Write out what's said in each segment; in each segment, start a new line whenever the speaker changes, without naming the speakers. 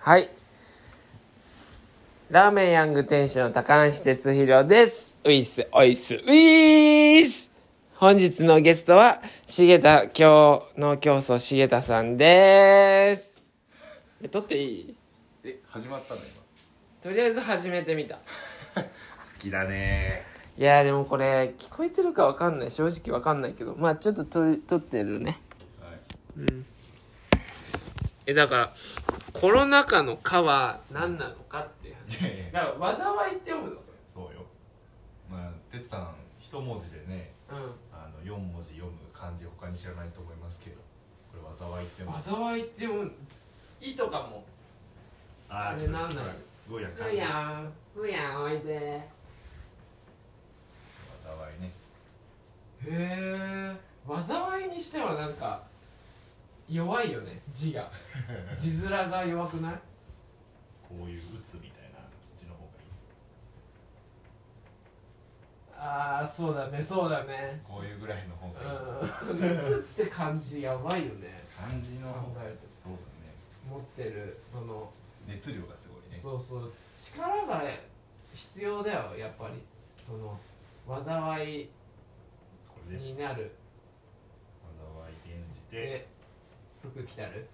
はい。ラーメンヤング店主の高橋哲弘です。ウィス、オイス、ウィース本日のゲストは、茂田教の教祖茂田さんです。え、撮っていい
え始まったの今
とりあえず始めてみた。
好きだね
いやーでもこれ、聞こえてるかわかんない。正直わかんないけど。まあちょっと撮り撮ってるね。
はい
え、だから、コロナ禍の禍は何なのかっていう話。だから、災いって読むのそれ。
そうよまあ哲さん一文字でね
うん。
あの四文字読む漢字他に知らないと思いますけどこれ災いっても
災いって読むんですいとかも
あ
あれ
ちょっと
なんだろう
ゴーヤ漢
ふ
字
やんふやんおいでへ
災いね
え災いにしてはなんか弱いよね字 が字面が弱くない
こういう打つみたいな字の方がいい
ああそうだねそうだね
こういうぐらいの方がいい、
うん「つ」って感じやばいよね
漢字の方が
考えて
そう
持ってるその
だね熱量がすごいね
そうそう力が必要だよやっぱりその災い
これでしょ
になる
災い転じて
で服着たる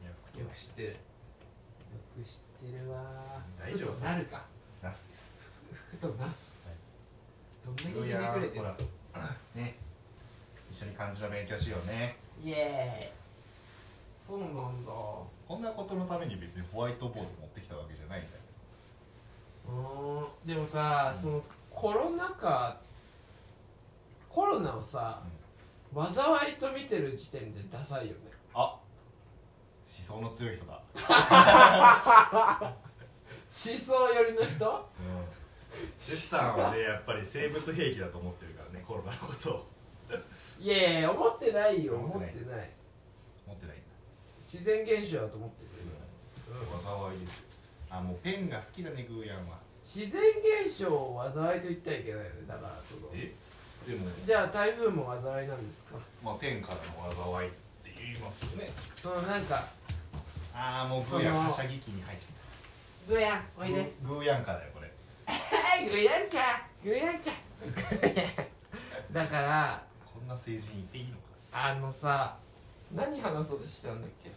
いや
よく知ってるよく知ってるわ
大丈夫
ふとなるか
ナスです
ふとなす、
はい
どんだけひねくれてる
ほらね一緒に漢字の勉強しようね
イエーイそうなんだ
こんなことのために別にホワイトボード持ってきたわけじゃないんだ
うーんでもさ、
うん
そのコロナ禍コロナをさ、災いと見てる時点でダサいよね
あ思想の強い人だ、
思想寄りの
う
人
ん、ジェスさんはねやっぱり生物兵器だと思ってるからねコロナのことを
いやいや思ってないよ思
思
っ
ってて
な
ない
い
持ってないん
自然現象だと思ってる、うん
だ災いですあもうペンが好きだねグーヤンは
自然現象を災いと言ってはいけないよねだからその
えでも、
じゃあ台風も災いなんですか
まあ、天からの災いって言いますよね
そのなんか
ああもうグーヤンはしゃぎ機に入っちゃっ
「グヤンお
た
いで」
グーグーヤンカだよこれ
はいグヤンかグヤンか」 だから
こんな成人いていいのか
あのさ何話そうとしたんだっけ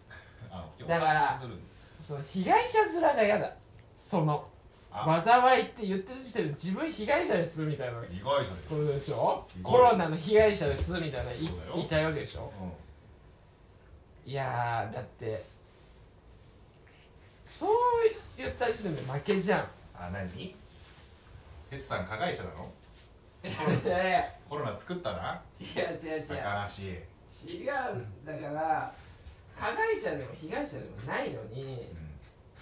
あ今
だから
お話しするん
その被害者面が嫌だその
あ
災いって言ってる時点で自分被害者ですみたいな
意外じゃね
ことでしょ
うん
コロナの被害者ですみたいな言い
そうだよ
言いたいわけでしょ
うん
いやーだってそう言った時点で負けじゃん
あ何哲さん加害者なの
いやいや
コロナ作ったな
違う違う違う
高梨うん
違うんだから加害者でも被害者でもないのに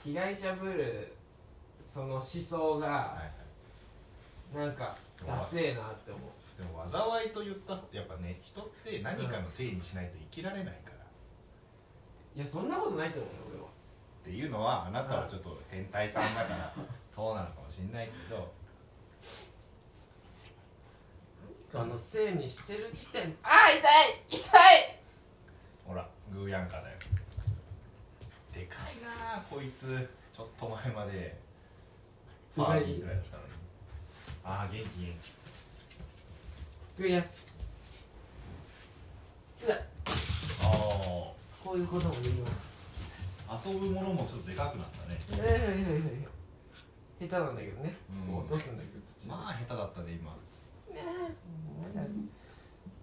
被害者ぶるその思想
はいは
が
い
なんかダセえなって思う
でも災いと言ったやっぱね人って何かのせいにしないと生きられないから、っ
いやそんなことないと思うよ俺は
ていうのはあなたはちょっと変態さんだから、 そうなのかもしんないけど
あのせいにしてる時点あー痛い痛い
ほらグーヤンカだよでかいなあこいつちょっと前までファービーぐらいだったのにああ元気元気
グリアンうわ
あ
こういうことも言います
あ遊ぶものもちょっとでかくなったね
いやいやいやいやいや下手なんだけどね、
うん
もう落とすんだけど途中で
まあ下手だったね今
ね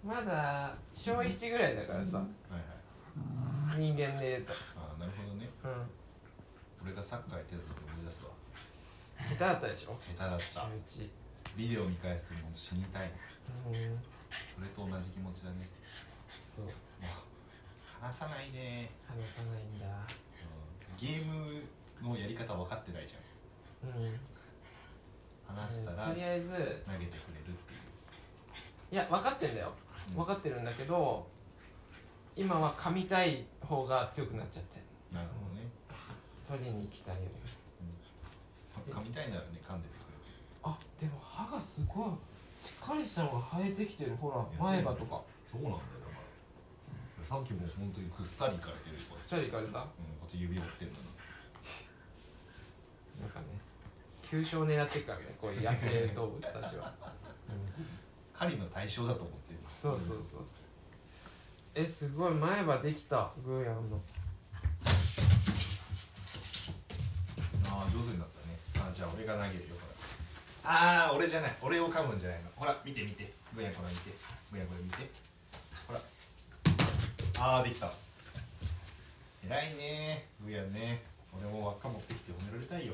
まだまだ小1ぐらいだからさ
はいはい
人間で言うと
ああなるほどね
うん
俺がサッカーやってた時思い出すわ
下手だったでしょ
下手だっ
小
た
1
ビデオ見返すともう死にたい
うん
それと同じ気持ちだね
そう
話さないね、
話さないん
う
だ
ん、ゲームのやり方分かってないじ
うん
ゃん話したら
と
投
り
げ
あえず
てくれるっていう
いや分かってんだよ
うん
分かってるんだけど今は噛みたい方が強くなっちゃって
なるほどね
取りに行きたいより
噛みたいならね噛んでてく
あでも歯がすごいしっかりしたのが生えてきてるほら
いや
前歯と
れる
か
そうなんだよだからさっきも本当にくっさりいかれてるこ
しっかりいかれた
うん、こっち指折ってんのに
急所を狙っていくからねこういう野生動物た ちは、うん
狩りの対象だと思ってる
そうそうそうそうえすごい前歯できたグーヤンの
ああ上手になったねあーじゃあ俺が投げるよほらああ俺じゃない俺を噛むんじゃないのほら見て見てブヤこれ見てブヤこれ見てほらああできた偉いねブヤね俺も輪っか持ってきて褒められたいよ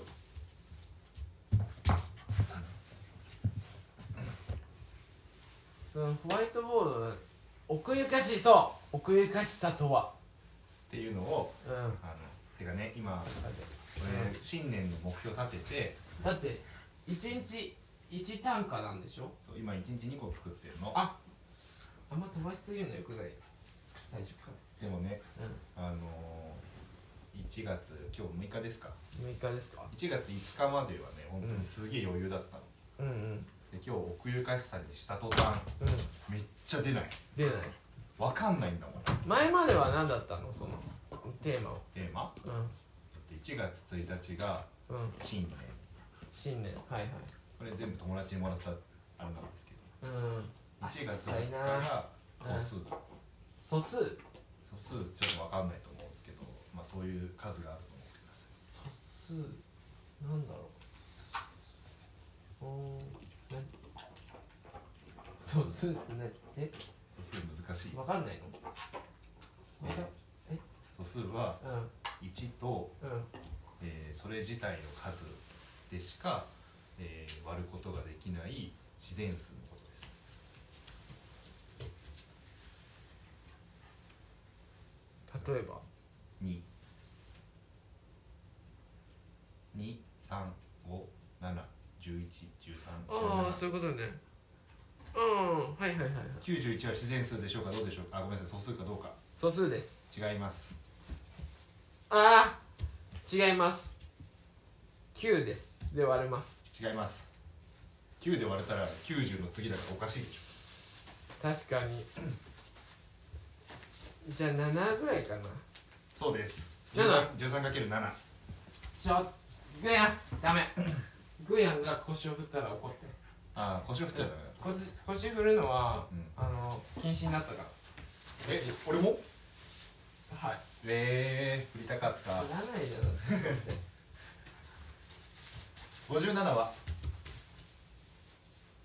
そのホワイトボードの奥ゆかしそう奥ゆかしさとは
っていうのを
うん
あのてかね今俺新年の目標立てて
だって1日1単価なんでしょ
そう今1日2個作ってるの
ああんま飛ばしすぎるのよくない最初か
でもね
ら
あのー、1月今日6日ですか
うん6日ですか
1月5日まではね本当にすげえ余裕だったの、
うんうん
で今日奥ゆかしさにした途端
うん
めっちゃ出ない
出ない
わかんないんだもん
前までは何だったのそのテーマを
テーマ
う
で1月1日が
んうん
新年
新年はいはい
これ全部友達にもらったあれなんですけど
うん
1月
浅
5
い
日
な
が素数
素数
素数ちょっとわかんないと思うんですけどまあそういう数があると思ってください
素数なんだろうおー何素数って何え
素数難しい
わかんないのわか
素数は
う
1と、
んうん
えーそれ自体の数でしか、えー割ることができない自然数のことです
例えば
2 2 3 5 7 1 1 1
ああ
3
そういうことねうんはいはいはいはい
9 91は自然数でしょうかどうでしょうかあごめんなさい素数かどうか
素数です
違います
ああ違います9ですで割れます
違います9で割れたら90の次だからおかしいでしょ
確かにじゃあ7ぐらいかな
そうです
7
13×7
ちょグヤンダ メグヤンが腰を振ったら怒って
ああ腰を振っちゃダメだ
腰腰振るのは、
うん
あの禁止になったか
え俺も
らはい
えー、振りたかった
ならないじゃんどう せ
57は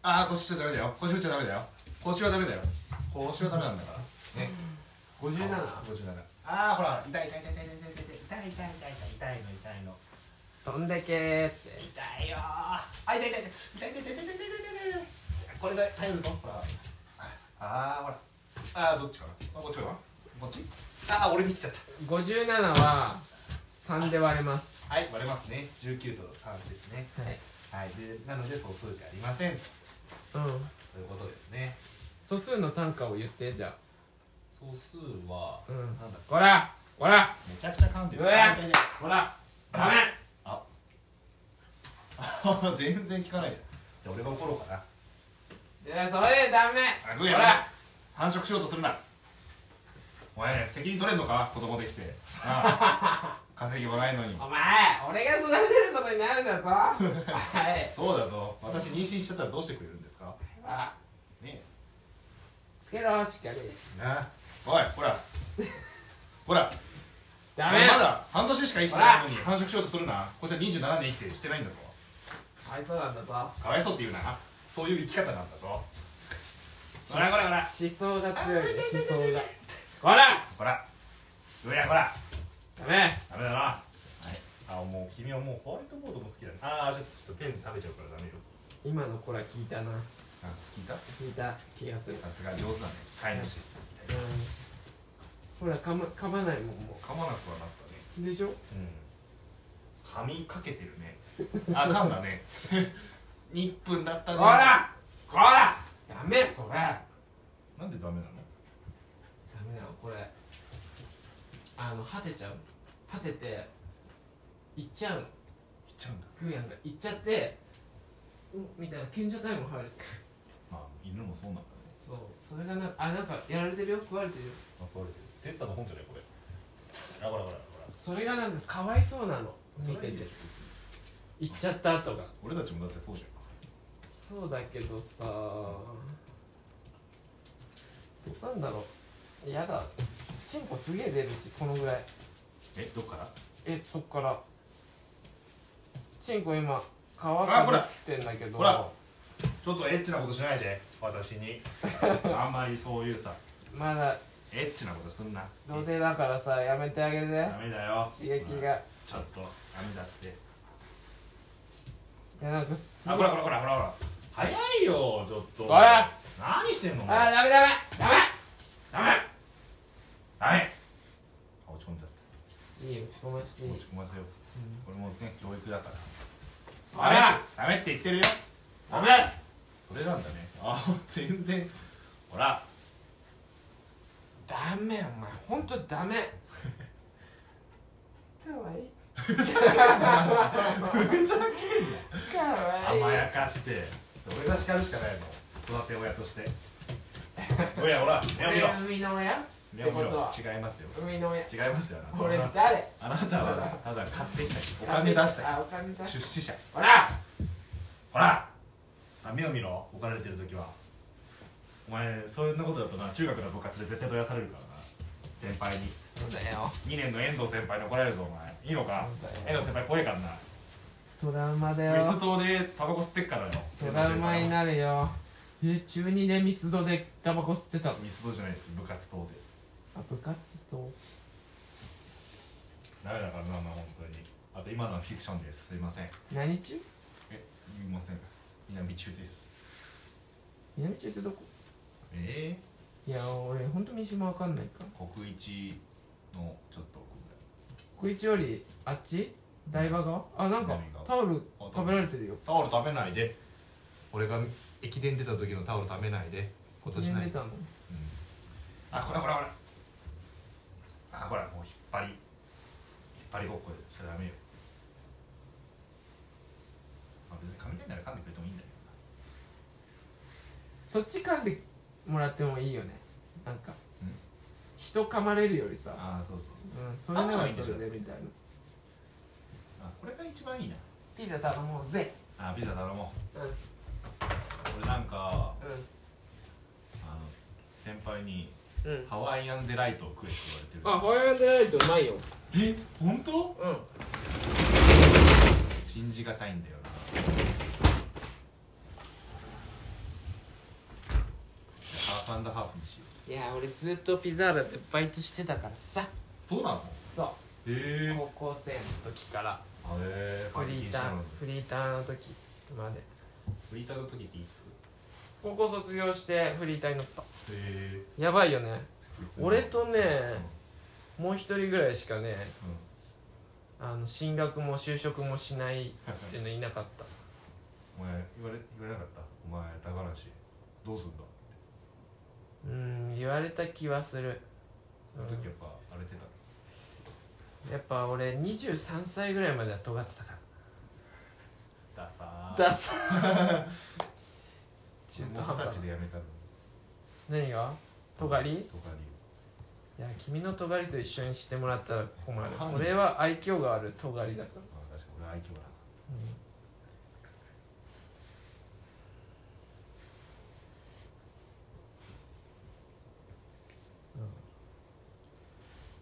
ああ腰振っちゃダメだよ腰振っちゃダメだよ腰はダメだよ腰はダメなんだからね
57
57ああほら痛い痛い痛い痛い痛い痛い痛い痛い痛い痛い痛いの痛いの
どんだけーって
痛いよーあ痛い痛い痛い痛い痛い痛い痛い痛い痛い痛いこれで頼るぞほらああほらああどっちかなあこっちかなこっちああ俺に来ちゃっ
57は3で割れます
たはい割れますね19と3ですね
はい
はいでなので素数じゃありません
うん
そういうことですね
素数の単価を言ってじゃ
素数は、
うん
なんだっ
あこらこら
けめちゃくちゃ噛んでる
うわ
あ痛い
こらダメ
痛い全然効かないじゃんじゃあ俺が怒ろうかない
やそれダメ
あグ
こ
ーや
ら
繁殖しようとするなお前責任取れんのか子供できて なあ稼ぎもないのに
お前俺が育てることになるんだ ぞはい
そうだぞ私妊娠しちゃったらどうしてくれるんですか
あ
ね
つけろしっかり
えなあおいほらほら
ダメ
まだ半年しか生きてないのに繁殖しようとするなこっちは27年生きてしてないんだぞ
かわいそうなんだぞ
かわいそうって言うなそういう生き方なんだぞほらほらほら
思想が強いね思想がこら
ほらグーやほら
ダメ
ダメだなはいあもう君はもうホワイトボードも好きだねああちょっとペン食べちゃうからダメよ
今のこら聞いたな
あ聞いた
聞いた気がする
さすが上手だね飼い主
うんほらかまかまないもんも
噛まなくはなったね
うでしょ
うん噛みかけてるねあ噛んだね 1分だったね
こらこらダメそれダ
なんでダメなの
メなのこれあの果てちゃうの果てて行っちゃうの
言っちゃうんだ
グーヤンが行っちゃっておみたいな賢者タイム入るんですよ
まあ犬もそうなんだね
そうそれがなあなんかやられてるよ食われてるよ
壊れてるテッサの本じゃないこれあほらほらほら
それがなんかかわいそうなの見てて行っちゃった後が
俺たちもだってそうじゃ
そうだけどさなんだろうやだチンコすげえ出るしこのぐらい
んえどっから
えそっからチンコ今皮か
あほ
ぶ
ら
ってんだけど
ほらちょっとエッチなことしないで私 にあんまりそういうさ
まだ
エッチなことすんな
童貞だからさやめてあげて
ダメだよ
刺激
ほら
が
ちょっとダメだって
いやなんかす
あ
ごい
ほらほらほらほらほら早いよちょっと
おい
何してんのお
あー
前
ダメダメダ
ダメダメあ落ち込んじゃった
メいいよ打ち込ましていい
落ち込ませよう
うん
これもね教育だから
おら
ダメって言ってるよ
ダメ
それなんだねあ全然ほら
ダメお前ほんとダメかわいい
ふざけんな
かわいい
甘やかして俺が叱るしかないの育て親と しておやほら目を見ろ
俺海の親
目を見
ってこと
ろ
は
違いますよ
海の親
違いますよあな
俺
たは
誰
あなたはただ買ってきたしお金出した
あ
し
お金出し
出資者
ほら
ほらあ目を見ろ置かれてる時はお前そんなことだとな中学の部活で絶対どやされるからな先輩に
そうだよ
2年の遠藤先輩に怒られるぞお前いいのか
そうだ
遠
よ
藤先輩怖いからな
トラウマだ
部室
よ
棟でタバコ吸ってっからよ
トラウマになるよえ中2でミスドでタバコ吸ってたの
ミスドじゃないです部活等で
あ部活動
ダメだからなまあ本当にあと今のはフィクションですすいません
何中
え言いません南中です
南中ってどこ
ええ
いや俺ほんと三島わかんないから
国一のちょっと奥
こいつよりあっち台場側あなんか
台場
タオル
あ
食べられてるよ
タオル食べないで俺が駅伝出た時のタオル食べないで今年ない
出たの
あこれこれこれあこれもう引っ張り引っ張りごっこしちゃダメよ、まあ、別に噛みたいなら噛んでくれてもいいんだよ
そっち噛んでもらってもいいよねなんか
うん
人噛まれるよりさ
ああそうそうそう
うんそれならそれでみたいな
あこれが一番いいな
ピザ頼もうぜ
あピザ頼も
うんうん
う俺なんかあの先輩に
うん
ハワイアンデライトを食えって言わ
あ
れて
ホワイアンデライトうまいよ
るえ本当
うん
信じがたいんだよなじゃあハーフハーフにしよう
いや俺ずっとピザーラでバイトしてたからさ
そうなの
そ
へえ
う高校生の時から
へえ
フリーターフリーターの時まで
フリーターの時っていつ
高校卒業してフリーターになった
へえ
やばいよね俺とねもう一人ぐらいしかねあの進学も就職もしないっていうのいなかった
お前言われ言われなかったお前高梨どうすんだ
うん言われた気はする、
その時やっぱ荒れてた
うんやっぱ俺23歳ぐらいまでは尖ってたから
ダサー
ダサ 中
俺
途
も
半
う二十歳
端な
で辞めたの
何が尖り
とかり
いや君の尖りと一緒にしてもらったら困る
なんで
俺は愛嬌がある尖りだから
まあ確かに俺愛嬌だな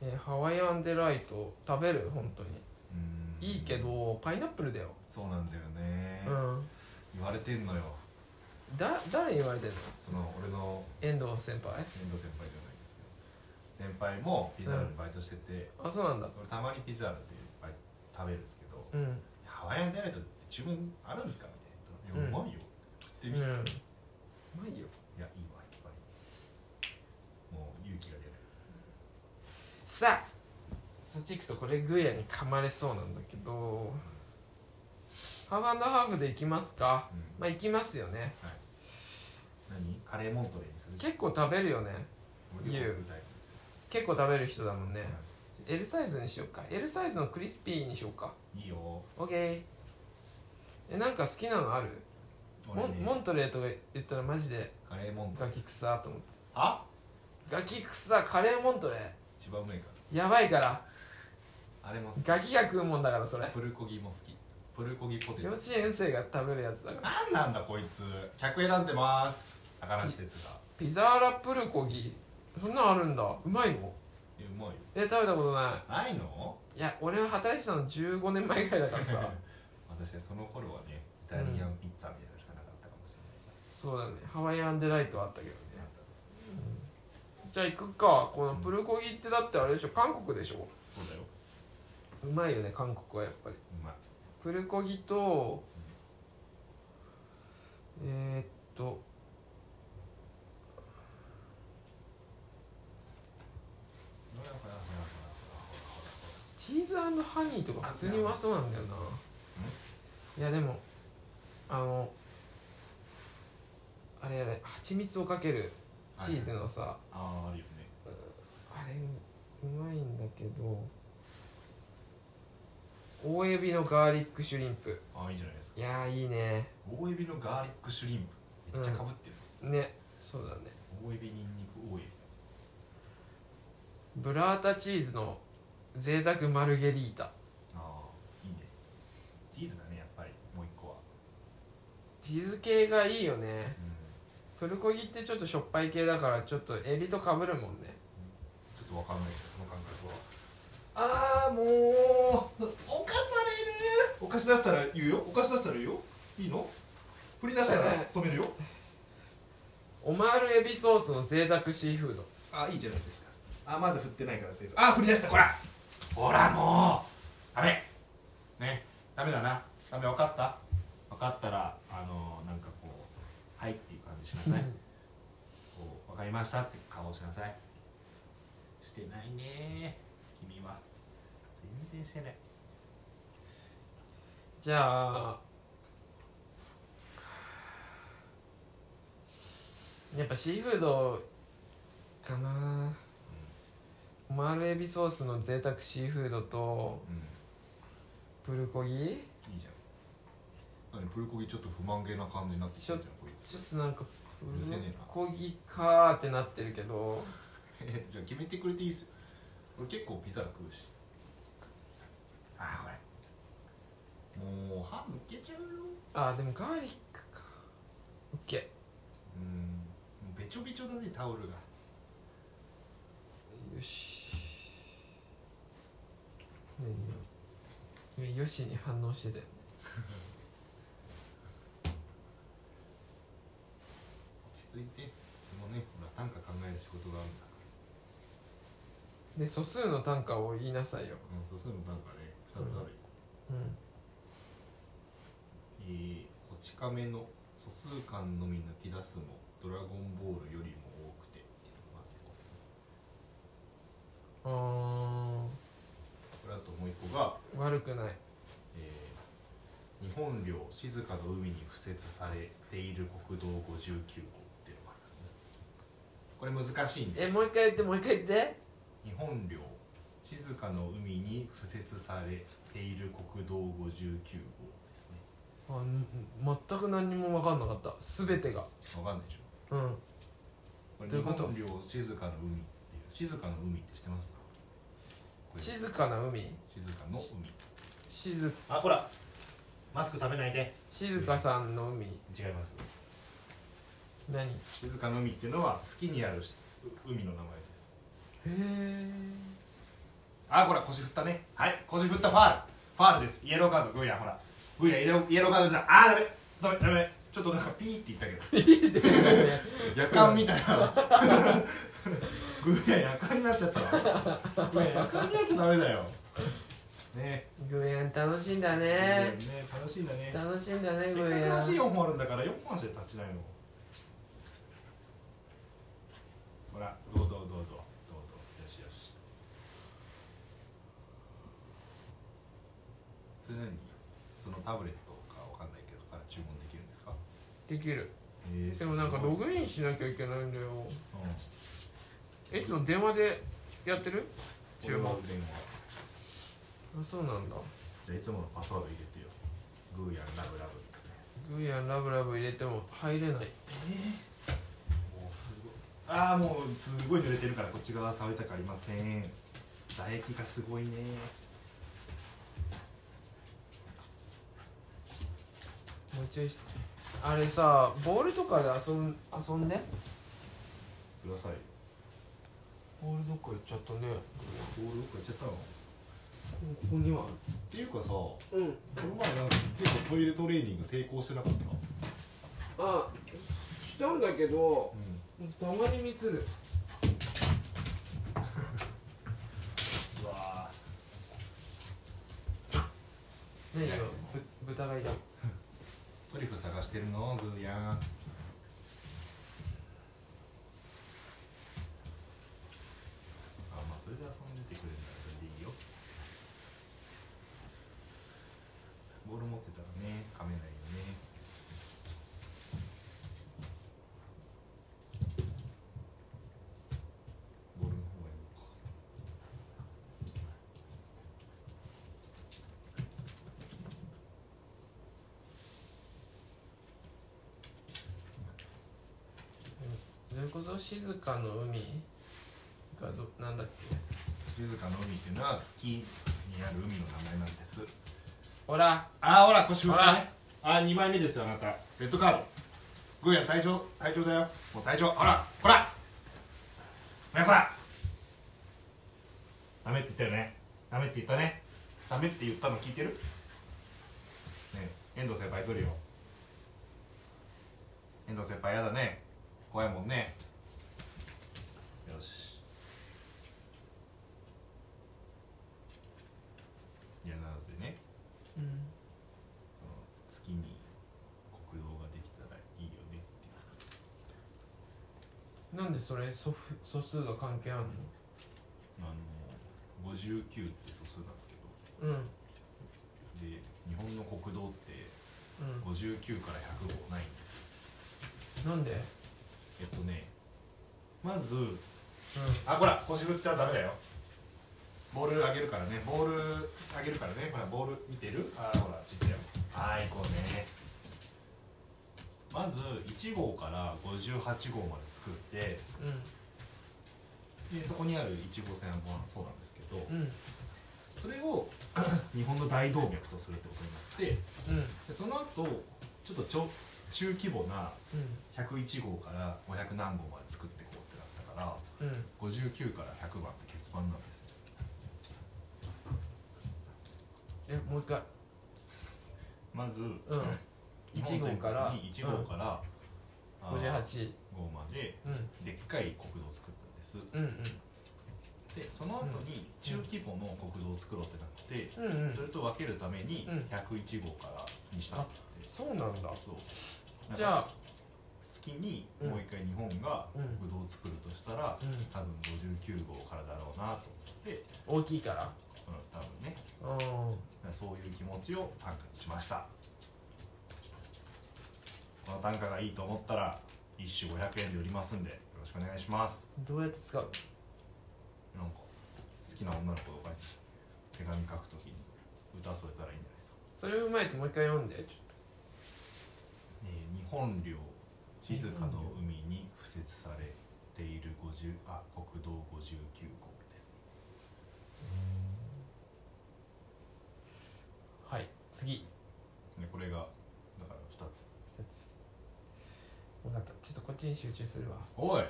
えーハワイアンデライト食べる本当に
うーん
いいけどパイナップルだよ
そうなんだよね
うん
言われてんのよ
だ誰に言われてんの
その俺の
遠藤先輩
遠藤先輩じゃないですけど先輩もピザーラでバイトしてて、
あそうなんだ
俺たまにピザーラでバイト食べるんですけど、
うん
ハワイアンデライトって注文あるんですかみたいな「いやう
うん
まいよ」って言
うん
ってみ、
う
い
まいよ
やいいわやっぱりもう勇気が出ない
さあそっち行くとこれグイヤに噛まれそうなんだけどハーフハーフで行きますか
うん
まあ行きますよね
何カレーモントレーにする
結構食べるよね
俺結構食うタイプですよ
結構食べる人だもんね
は
L サイズにしようか L サイズのクリスピーにしようか
いいいよ
OK えなんか好きなのあるモ
俺
ン
ね
モントレーとか言ったらマジで
カレーモントレー
ガキ臭と思って
あ
ガキ臭カレーモントレ
一番うまいか
ーやばいから
らあれも好き
ガキが食うもんだからそれ
プルコギも好きプルコギポテ
幼
ト
稚園生が食べるやつだから
なんなんだこいつ客選んでます高梨哲が
ピザーラプルコギそんなんあるんだうまいの
いやうまいよ
え食べたことな
ないの
いいや俺は働いてたの15年前ぐらいだからさ
私はその頃はねイタリアンピッツァみたいなのしかなかったかもしれない
そうだねハワイアンデライトはあったけどね
なんだろ
じゃあ行くかこのプルコギってだってあれでしょ韓国でしょ
うそうだよ
うまいよね韓国はやっぱり
うまい
プルコギとえー、っと
ほらほらほらほらほらほらほら
チーズハニーとか普通にうまそうなんだよな、いやでもあのあれあれ蜂蜜をかけるチーズのさ、
あああるよね
あれうまいんだけど大エビのガーリックシュリンプ
ああいいじゃないですか
いやーいいね
大エビのガーリックシュリンプめっちゃかぶってる、
ねそうだね
大エビニンニク大エビ
ブラータチーズの贅沢マルゲリータ
ああいいねチーズだねやっぱりもう一個は
チーズ系がいいよね
うん
プルコギってちょっとしょっぱい系だからちょっとエビとかぶるもんね
ちょっとわかんないけどその感覚はああもう犯される犯し出したら言うよ犯し出したら言うよいいの振り出したら止めるよ
オマールエビソースの贅沢シーフード
あいいじゃないですかあまだ振ってないからセーフあ振り出したこらほらもうダメねダメだなダメ分かった分かったらあのなんかこうはいっていう感じしなさいこう分かりましたって顔をしなさいしてないね君は全然してない
じゃあやっぱシーフードかなオマールエビソースの贅沢シーフードと
う
プルコ
ん
ギ
いいじゃん何プルコギちょっと不満げな感じになってきてるじゃんこいつ
ちょっとなんかプ
うるせえ
ル
ねえな
コギかーってなってるけど
え じゃあ決めてくれていいっすよ俺結構ピザ食うしああこれもう歯むけちゃうよ
あーでもガーリックかオッケ
うんもうべちょべちょだねタオルが
ーよしねえねえ今よしに反応してたよね
落ち着いてでもねほら短歌考える仕事があるんだから
で素数の単価を言いなさいよ
うんそうするの短歌ね2つあるよ、
うん
えーこち亀の素数感のみ抜き出すもドラゴンボールよりも多くてっていうのがまず一つ
あ
これあともう一個が
ー悪くない
えー日本領静かの海に敷設されている国道59号っていうのもありますねこれ難しいんで
え
す
もう一回言ってもう一回言って
日本領静かの海に敷設されている国道59号ですね
あん全く何も分かんなかった全てが
わかんないでしょ
うん
これ
ど
日
ういうこと
本領静かの海っていう静かの海って知ってますこれ静
静かな海
かの海
静
あほらマスク食べないで
静かさんの海
違います
何へ
静かの海っていうのは月にあるし海の名前です
え
あ、これ腰振ったね。はい、腰振ったファール。ファールです。イエローカード、グーヤ、ほら。グーヤ、イエローイエローカードじゃん。あー、ダメ、ダメ、ダメ。ちょっとなんかピーって言ったけど、 夜間みたいな。 グーヤ、夜間になっちゃったわ。グーヤ、夜間になっちゃダメだよ。ね
グエン楽しいんだ
え。
ね
グーヤね楽しいんだね。
楽しいんだ
せ
ね
っ
グ
かく
エン
らしい4本あるんだから、4本足で立ちないの。ほら、どうどうどうどうどうどうよしよし。それ何そのタブレットかわかんないけどから注文できるんですか
できる
え
でもなんかロ
うん、
グインしなきゃいけないんだよえいつも電話でやってる注文
これは電話
あそうなんだ
じゃあいつものパスワード入れてよグーヤンラブラブ
グエンラブラブ入れても入れない
もうすごいああもうすごい濡れてるからこっち側触りたくありません唾液がすごいね
注意してあれさボールとかで遊ん遊んで
くださいよ
ボールどっか行っちゃったね
ボールどっか行っちゃったのっ
ここには
ていうかさこ
うん
の前なんか結構トイレトレーニング成功してなかった
あしたんだけど
うん
たまにミスる
うわ
何よぶ豚がいた
ートリュフ探してるのグーヤンあまあそれで遊んでてくれるならそれでいいよボール持ってたらね噛めないよねボールの方がいいのか
それこそ静かの海がどなんだっけ
静かの海っていうのは月にある海の名前なんです
ほら
あーほら腰振った
ほら
ねあー2枚目ですよあなたレッドカードグーヤン隊長隊長だよもう隊長ほらほらほらほらダメって言ったよねダメって言ったねダメって言ったの聞いてるねえ遠藤先輩来るよ遠藤先輩やだね怖いもんねよしいやなのでね
うん
その月に国道ができたらいいよねっていう
なんでそれ素数素数が関係ある
あの59って素数なんですけど
のうん
で日本の国道って
う
59から105ないんですよ
んなんでうん
えっとねまずあほら腰振っちゃダメだよボール上げるからねボール上げるからねほらボール見てるあほらちっちゃいはーい行こうねまず1号から58号まで作って
う
でそこにある1号線はそうなんですけど、
んうん
それを 日本の大動脈とするってことになって
うん
でその後ちょっとちょ中規模な
うん
101号から500何号まで作っていこうってなったから
うん
59から100番って結番なんですよ
えもう一回
まず
うん1号から
1号からあー
58
号まで
うん
でっかい国道を作ったんです
うん
でその後に中規模の国道を作ろうってなって
うんうんう
そ
ん
れと分けるために
うん
101号からにしたんですって
そうなん
そ
だ
う
じゃあ
月にもう一回日本が
うん
ブドウを作るとしたら、
うん
多分59号からだろうなと思って、
大きいから
うん、多分ね
うん
そういう気持ちを短歌にしましたこの短歌がいいと思ったら一種500円で売りますんでよろしくお願いします
どうやって使う
なんか好きな女の子とかに手紙書くときに歌添えたらいいんじゃないですか
それを踏まえてもう一回読んでちょ
えー日本領静かの海に敷設されている50あ国道59号です
っとはい次
ねこれがだから2つ
分かったちょっとこっちに集中するわ
おい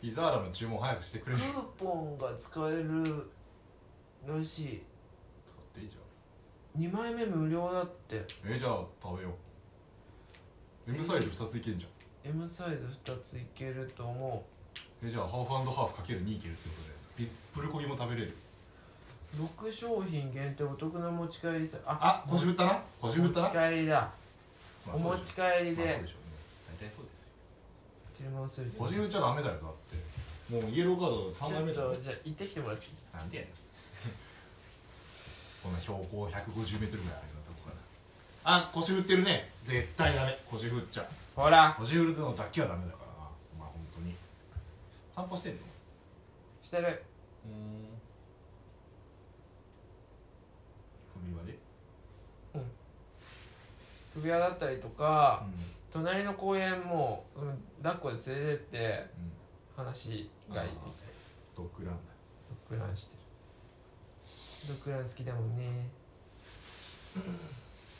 ピザーラの注文早くしてく
ク
れ
ー
使っ
ポンが使えるらし
ていいじ
い2枚目無料だっ
ゃ
て
んえーじゃあ食べよう M サイズ2ついけんじゃん
M サイズ2ついけると思
えーじゃあハーフハーフかける2いけるってことじゃないですかピプルコギも食べれる
う6商品限定お得な持ち帰りさ
あ
持
腰振ったな腰振ったな
ち帰りだ
まあ
お
そう
持
で
ち
しょ
帰り
まあそうで
で
しょうね大体そうですよ
注文する
腰
ちょ
振っちゃダメだよだってもうイエローカード3枚目
っ
だよ
とじゃあ行ってきてもらっていい
なんでやねん こんな標高150メートルぐらいあるようなとこからあ腰振ってるね絶対ダメ腰振っちゃ
ほら
腰振るのだけはダメだからなまあ本当に散歩してんの
してる
うんコンビニまで
首輪だったりとか、
うん、
隣の公園も、うん、抱っこで連れてって
うん、
話がいいみたい
ドッグランだ
ドッグランしてるドッグラン好きだもんね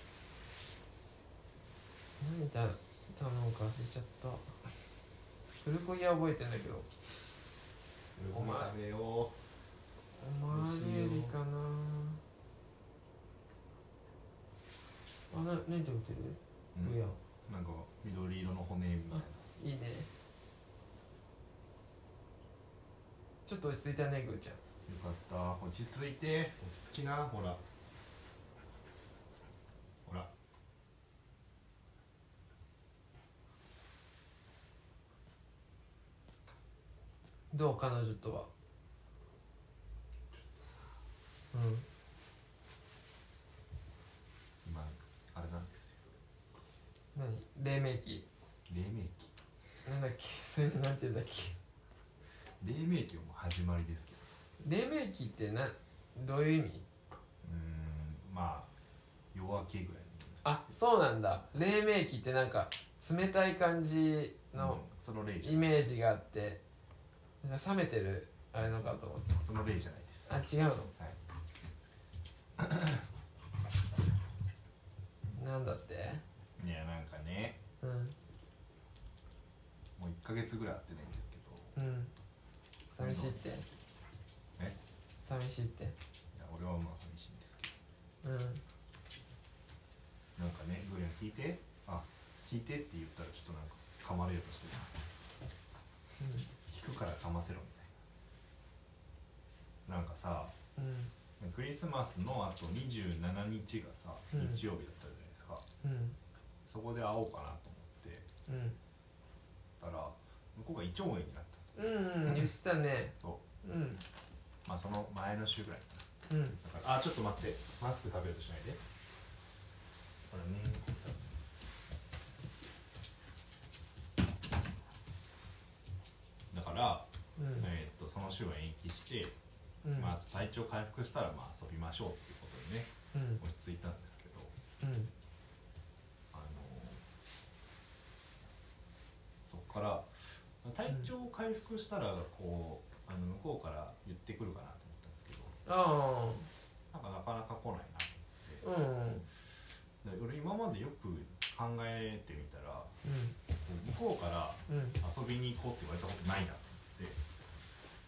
何た頼むか忘れちゃった古小屋覚えてんだけど
お前食べよう
オマールエビかなあな何食べてる、
うん
いや
なんか緑色の骨みたいない
いねちょっと落ち着いたねぐーちゃん
よかった落ち着いて落ち着きなほらほら
どう彼女とはうん
今あれなんですよ
何黎明期
黎明期
なんだっけそれなんていうんだっけ
黎明期はもう始まりですけど
黎明期ってなどういう意
うー
味
んまあ夜明けぐらいに
あそうなんだ黎明期ってなんか冷たい感じ
うん
の
その例じゃ
イメージがあってなんか冷めてるあれのかと思って
その例じゃないです
あ違う
はい
のなんだって
いやなんかね
うん
もう1ヶ月ぐらい会ってないんですけど
うん寂しいって
え
寂しいって
いや俺はまあ寂しいんですけ
うん
どなんかねグーヤン聞いてあ聞いてって言ったらちょっとなんか噛まれようとしてる聞くから噛ませろみたいななんかさ
うんうん
クリスマスのあと27日がさ
うん
日曜日だったじゃないですか、
うん
そこで会おうかなと思って
うん
たら向こうが胃腸炎になった
うんうん言ってたね
そ
うん
うまあその前の週ぐらいかな
うん
だからあちょっと待ってマスク食べようとしないでほらねだから、
うん
えーっとその週は延期して、
うん
まあ、あと体調回復したらまあ遊びましょうっていうことにね
うん
落ち着いたんですけど
うん
あのそこから体調回復したらこうあの向こうから言ってくるかなと思ったんですけど
あ
なんかなかなか来ないなと思って
あうん
で
うん
俺今までよく考えてみたらこう向こうから
うん
遊びに行こうって言われたことないなと思って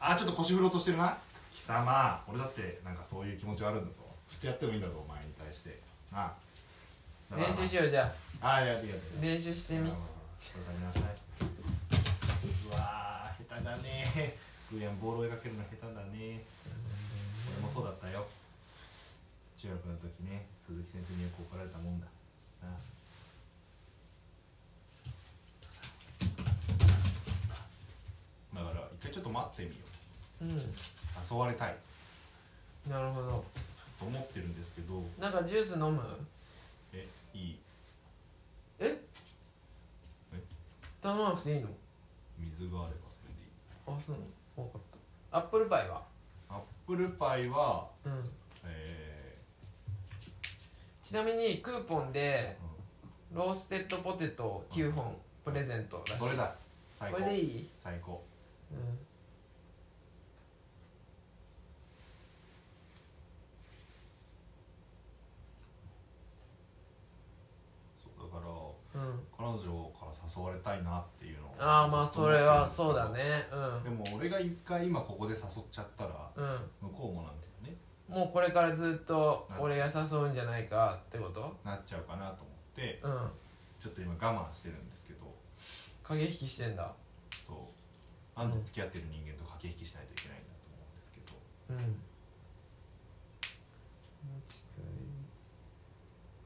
あーちょっと腰振ろうとしてるな貴様俺だってなんかそういう気持ちはあるんだぞ振ってやってもいいんだぞお前に対してなあ
練習しようじゃ
ああいやいやいやい
あ練習して
や
み
まあまあまあこれ食べなさいうわー下手だねグーヤンボール追いかけるの下手だね俺もそうだったよ中学の時ね鈴木先生によく怒られたもんだなあだから一回ちょっと待ってみよう
うん
誘われたい
なるほど
と思ってるんですけど
なんかジュース飲む
えいい
え
え
頼まなくていいの
水があればそれでいい
あそうなの分かったアップルパイは
アップルパイは
うん
え
ちなみにクーポンで
ーうん
ローステッドポテト9本プレゼントらしい
それだ最
こ
高
れでいい
最高
うん
そうだから
うん
彼女から誘われたいなっていうのを
ああまあ
ずっと思っ
そ
て
れ
るん
は
ですけど
そうだねう
でも俺が一回今ここで誘っちゃったら
んう
向
ん
こうもなんてね
もうこれからずっと俺が誘うんじゃないかってこと
なっちゃうかなと思って
うん
ちょっと今我慢してるんですけど
影引きしてんだ
そうなんで付き合ってる人間と駆け引きしないといけないんだと思うんですけど
うん持ち帰り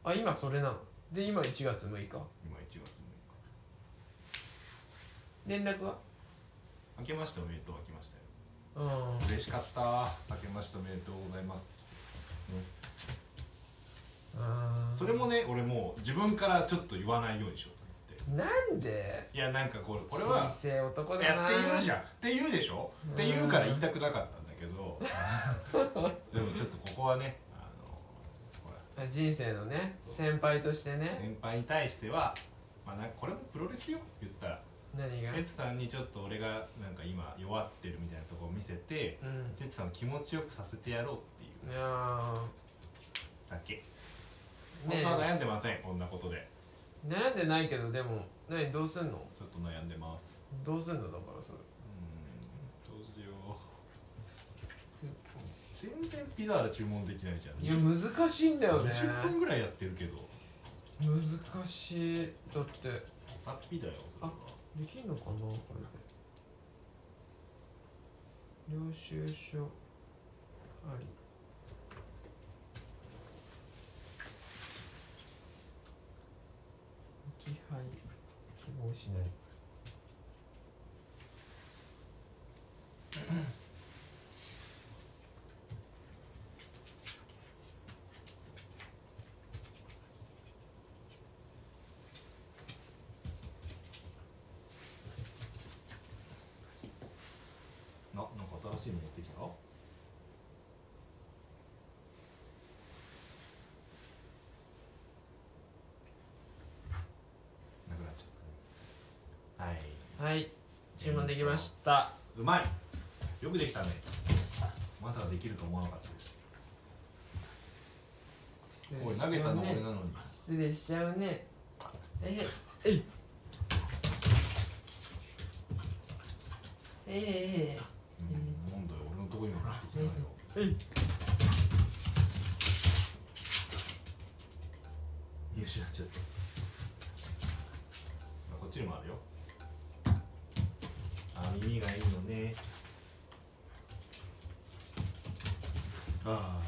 あ今それなので今1月6
今
日
1月6日
連絡は
明けましておめでとう明けましたよ
うん
嬉しかった明けましておめでとうございます、ね
あー
それもね俺もう自分からちょっと言わないようにしようと思って
なんで
いやなんかこれこれは
水星男
い
だ
や
な
って言うじゃんって言うでしょ
うん
って言うから言いたくなかったんだけど でもちょっとここはねあのほら
あ人生のね先輩としてね
先輩に対しては、まあ、なんかこれもプロレスよ言ったら
何が
哲さんにちょっと俺がなんか今弱ってるみたいなとこを見せて
うん
哲さんを気持ちよくさせてやろうっていう
いやー
だけ
ね
本当は悩んでませんこんなことで
悩んでないけどでも何どうすんの
ちょっと悩んでます
どうすんのだからそれ
うんどうしよう全然ピザーラ注文できないじゃん
いや難しいんだよね
20分ぐらいやってるけど
難しいだって
ハッピーだよそれは
できんのかなこれで領収書あり置き配希望しない
ななんか新しいの持ってきたなくなっちゃったねはい
はい注文できました
うまいよくできたねまさかできると思わなかったです
失
お
礼
い
し
投げ
ち
た
ゃう
の俺
ね
なのに
失礼しちゃうねえへえいえいえ
うんなんだよ俺のとこにも持ってきてないよ
いえい
見失っちゃったあこっちにもあるよあ耳がいいのねああ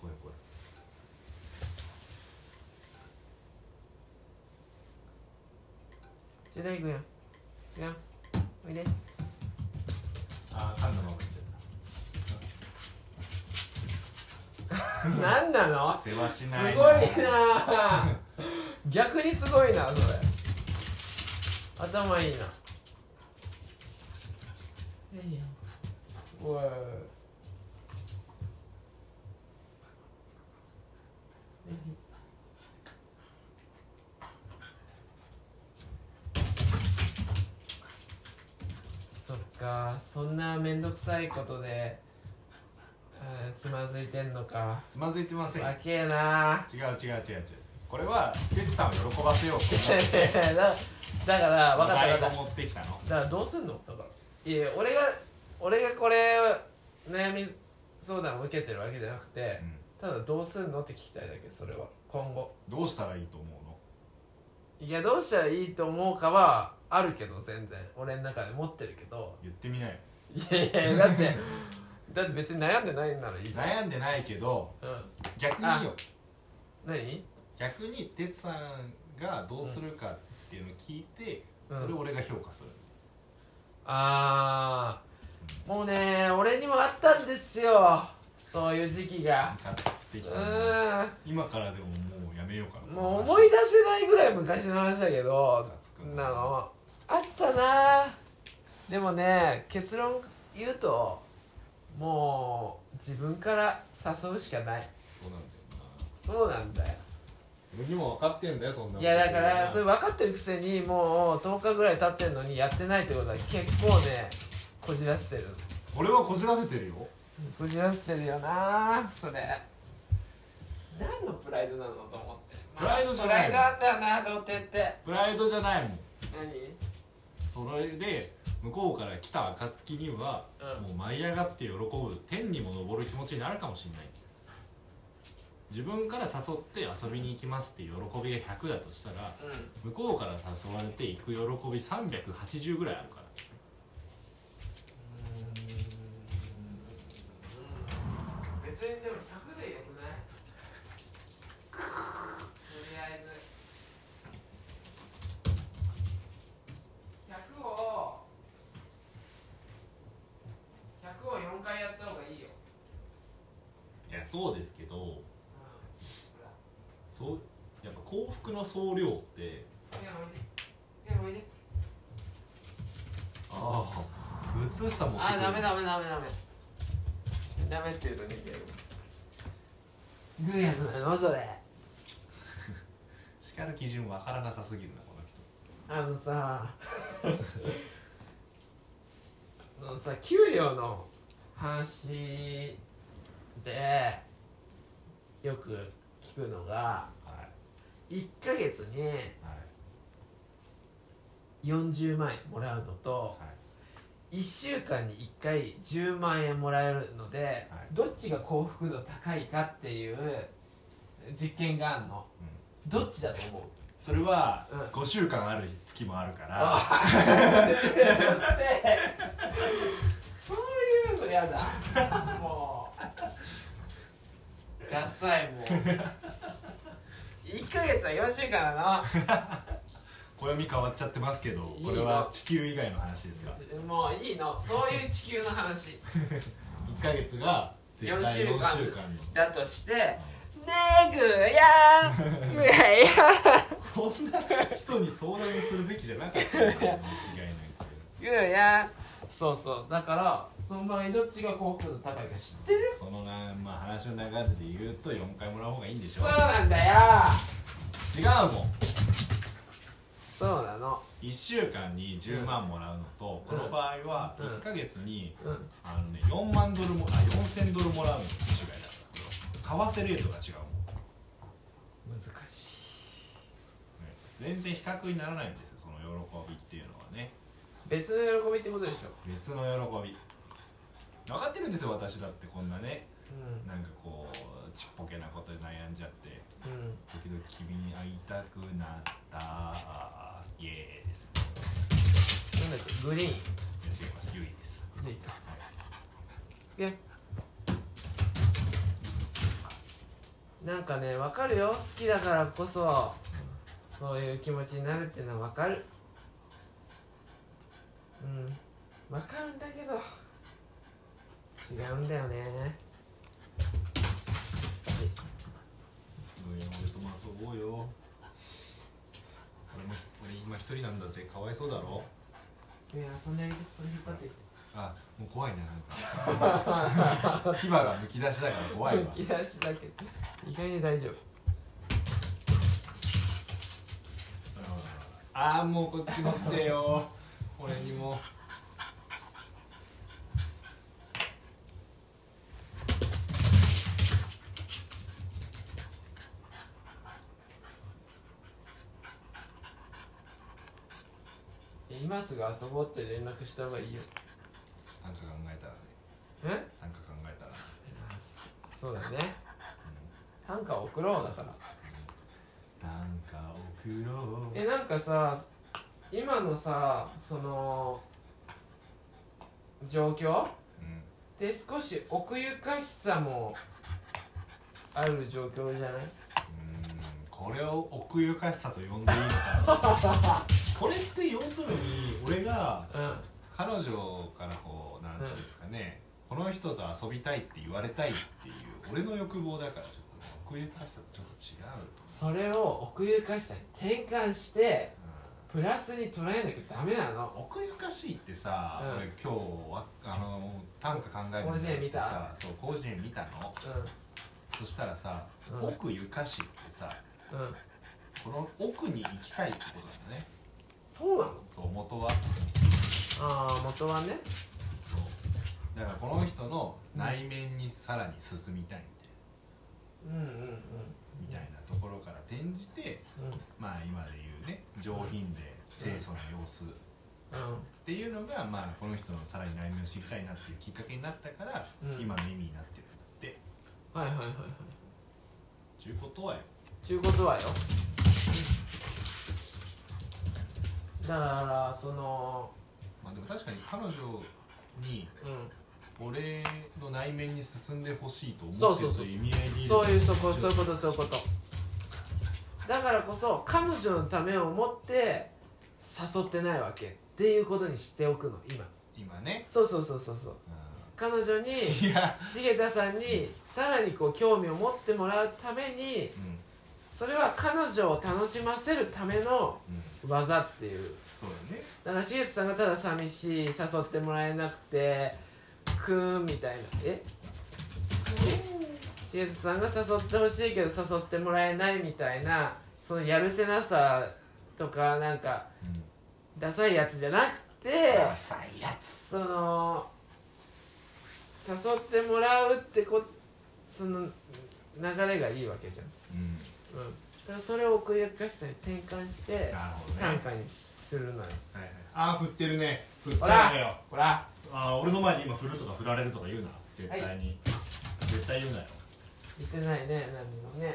これこれ
じゃあ大君ややんおいで
ああ噛んだままみ
なんなの
たいな世話し
すご
ない
いなあ逆にすごいなそれ頭いいなえいやおいそっかそんな面倒くさいことであーつまずいてんのか
つまずいてません違う
わけえな
違う違う違うこれはケツさんを喜ばせようと思って
だだから
台
分かった分かっただか
本持ってきたの
らどうすんのだからいや俺が俺がこれ悩み相談を受けてるわけじゃなくて
うん
ただどうすんのって聞きたいだけそれは今後
どうしたらいいと思うの
いやどうしたらいいと思うかはあるけど全然俺の中で持ってるけど
言ってみなよ
いやいやだって だって別に悩んでないんならいいじゃん
悩んでないけど
うん
逆によ
何
逆に哲さんがどうするかっていうのを聞いて、
うん
それを俺が評価する、
あーもうね俺にもあったんですよそういう時期が
ムカつってき
う
たな
ーん
今からでももうやめようかな
もう思い出せないぐらい昔の話だけど
ムカつくな
なのあったなでもね結論言うともう自分から誘うしかない
そうなんだよ
そうなんだよ
な俺にも分かってんだよそんない
やだからそれ
う
分かってるくせにもう10日ぐらい経ってんのにやってないってことは結構ねこじらせてる
俺はこじらせてるよ
こじらせてるよなそれ何のプライドなのと思って、
プライドじゃ
プ
な
ラ
い
イドあんだよな童貞って
プライドじゃないもん
何
それで向こうから来た暁には、
うん
もう舞い上がって喜ぶ天にも昇る気持ちになるかもしれない自分から誘って遊びに行きますっていう喜びが100だとしたら、
うん
向こうから誘われていく喜び380ぐらいあるから
別にでも100でよくないとりあえず100を100を4回やった方がいいよ、
いやそうですけど
うん、ほら
そうやっぱ幸福の総量って
目をおいで目をおいで
ああ靴下持ってく
あーダメダメダメダメダメって言うと逃げるグーやなのそれ
叱る基準わからなさすぎるなこの人
あのさあのさ給料の話でよく聞くのが
はい
1ヶ月ね
はい
40万円もらうのと
はい
1週間に1回10万円もらえるので、どっちが幸福度高いかっていう実験があんの、どっちだと思う
それは
うん
5週間ある月もあるから
あそういうのやだもうダサいもう1ヶ月は4週間な
暦変わっちゃってますけど
いいよ
これは地球以外の話ですか
のもういいのそういう地球の話
1ヶ月が絶対4
4週
週
間
間
だとして「ねぐやーぐやや
のそんな人に相談するべきじゃなかったよ間違いなく
ぐや」そうそうだからその場合どっちが幸福度高いか知ってる
そのな、まあ、話の流れで言うと4回もらう方がいいんでしょ
そうなんだよ
違うもん
そうなの
1週間に10万もらうのと、
うん
この場合は
うん
1ヶ月に、
うん
あのね、4万ドルもあ4000ドルもらうのと違いだから為替レートが違うもん
難しい
ね全然比較にならないんですよその喜びっていうのはね
別の喜びってことでしょ
別の喜び分かってるんですよ私だってこんなねなんかこうちっぽけなことで悩んじゃって
うんうん
時々君に会いたくなったイエーイですよ
なんだっけグリーン
いや違いますゆいです
抜いたでなんかねわかるよ好きだからこそそういう気持ちになるっていうのはわかるうんわかるんだけど違うんだよね
うん俺とも遊ぼうよ俺も俺今一人なんだぜかわいそうだろ
いや遊んであげてこれ引っ張って
あもう怖いねなんか牙がむき出しだから怖い わ
吹き出しだけ意外に大丈夫
ああもうこっち持ってよ俺にも
今すぐ遊ぼうって連絡した方がいいよ
短歌考えたらね
え
短歌考えたら
あそそうだね短歌送ろうだから
短歌送ろう
えなんかさ今のさその状況
うん
で少し奥ゆかしさもある状況じゃないう
ーんこれを奥ゆかしさと呼んでいいのかなこれって要するに俺が
うん
彼女からこうなんていうんですかね、この人と遊びたいって言われたいっていう俺の欲望だからちょっとね奥ゆかしさとちょっと違うと
それを奥ゆかしさに転換して
思う、うん
プラスに捉えなきゃダメなの
奥ゆかしいってさ、
うん
俺今日わあの短歌考えるの
広辞苑見た
さそう広辞苑見たのそしたらさ、
うん
奥ゆかしってさ
うんうん
この奥に行きたいってことなんだね
そうなの
そう元は
ああ元はね
そうだからこの人の内面にさらに進みたい
うんうんうん
みたいなみたいなところから転じて
うん
まあ今で言うね上品で清楚な様子っ
う
ていうのが、まあ、この人のさらに内面を知りたいなっていうきっかけになったから、
うん
今の意味になってるんだって
んはいはいはいはい
ちゅうことはよ
ちゅうことはよだからその
まあでも確かに彼女に
う
俺の内面に進んでほしいと
そ
思
う
ってる
そう
と
そう
いう意味合いでい
ん
い
そういうそ
こ
こそういうことそういうことだからこそ彼女のためを思って誘ってないわけっていうことにしておくの今
今ね、
そうそうそうそうそう
う
彼女 に
ん、いや、
重田さんにさらにこう興味を持ってもらうために
うんうん、
それは彼女を楽しませるための技っていう
そうだね
だからしげつさんがただ寂しい誘ってもらえなくてくーんみたいなえしげつさんが誘ってほしいけど誘ってもらえないみたいなそのやるせなさとかなんかダサいやつじゃなくて
ダサいやつ
その誘ってもらうってこその流れがいいわけじゃん
うん
うんでもそれを奥ゆかしさに転換して
なるほどね
短歌にするのよ
はいはい、ああ振ってるね振っ
ほ
たのよ
らほら
ああ俺の前に今振るとか振られるとか言うな絶対に、
は
絶対言うなよ
言ってないね何もね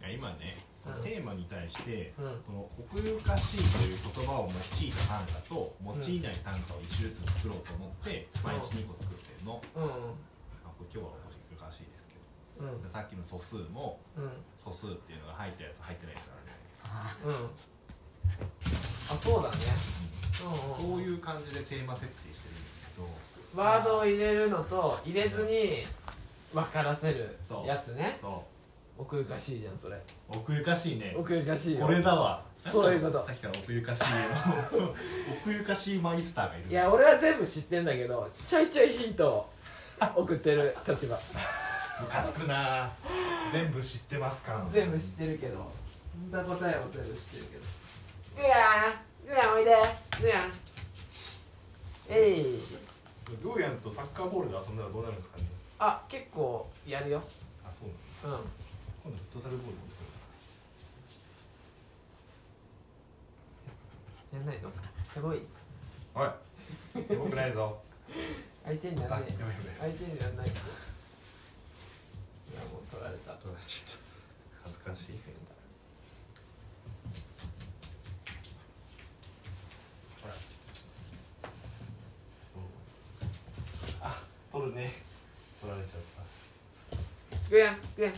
いや今ね
うん
テーマに対して、
うん
この奥ゆかしいという言葉を用いた短歌と用いない短歌を一種ずつ作ろうと思って、毎日2個作ってるの、
うん
あこれ今日は奥ゆかしいですけど
うん
でさっきの素数も
うん
素数っていうのが入ったやつ入ってないやつあるじゃないですか
うんあそうだねうんう
そう
ん
いう感じでテーマ設定してるんですけど
ワードを入れるのと入れずに分からせる
そう
やつね
そ
奥ゆかしいじゃんそれ
う奥ゆかしいね
奥ゆかしいよ
これだわ
そういうこと
さっきから奥ゆかしい奥ゆかしいマイスターがいる
いや俺は全部知ってんだけどちょいちょいヒントを送ってる立場
ムカつくな全部知ってますか
全部知ってるけどんだ答えも全部知ってるけどぐやーぐやおいでぐやえい
グーヤンとサッカーボールで遊んだらどうなるんですかね
あ結構やるよ
あそうなの
うん
今度フットサルボール
やんないのすごい
おいやばくない ぞ
相手にや
あや
ん
ばい
ね
やばい
え相手にやんないいやもう取られた
取られちゃった恥ずかしいほらあ取るね取られちゃった
ぐやぐや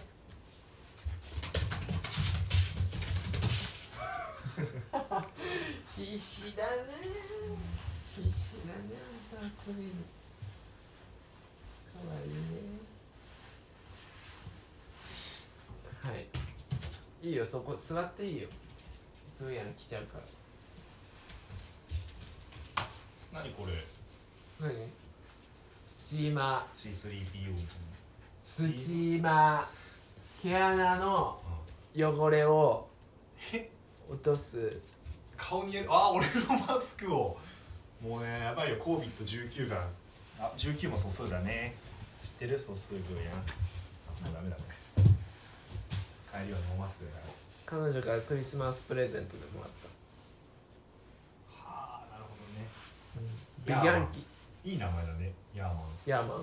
必死だね必死だねあんたは常にかわいいねはいいいよそこ座っていいよぐーやん来ちゃうか
何これ
ら何スチーマ
C3PO
ースチーマー毛穴の汚れを
え
落とす
顔にやるあ俺のマスクをもうねやばいよ COVID-19 があ19も素数だね知ってる素数分やあもうダメだね帰りはノーマスクだから
彼女からクリスマスプレゼントでもらっ
はあなるほどね
たビギャンキ
いい名前だねヤーマン、
ヤーマン
う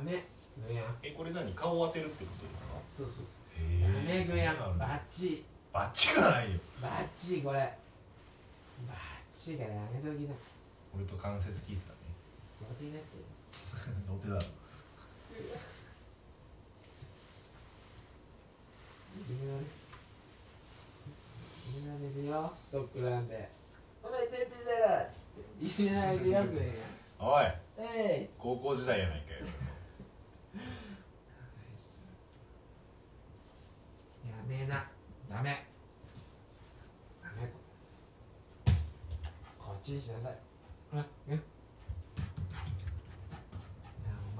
ん、
ダメグヤン
えこれ何顔を当てるってことですか
そうそうそ
へ
うダメグヤン
そうなん
バッ
だ
チ
バッチがないよ
バッチこれバッチがやめときな
俺と関節キスだね
モテになっちゃ
どうてだろ
ういじめられいじめられるよドッグランでお前出てたらっつっていじめられるよグ
おい
ヤンえい
高校時代やないかよ
やめなダメダメこっちにしなさいほらうんいやも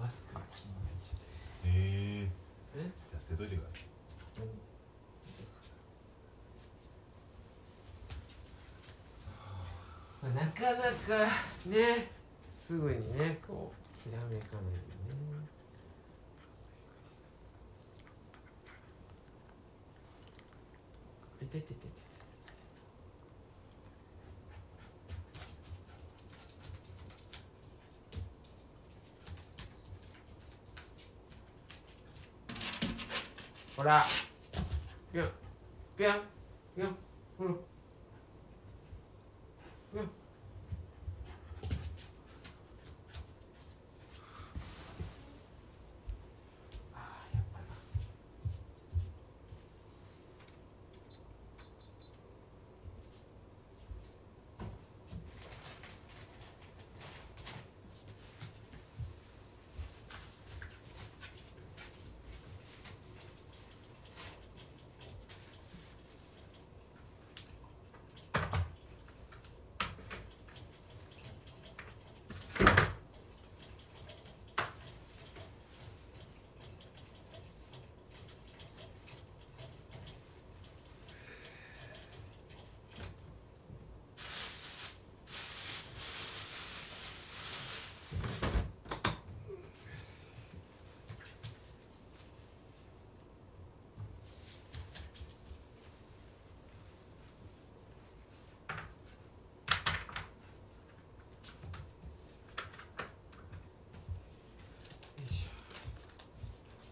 うマスクが気になっちゃっ
へえ
え
じゃあ捨てといてください
て何まあなかなかねすぐにねこうひらめかないよねいててててほらいやいやいやほらいやあーやっぱな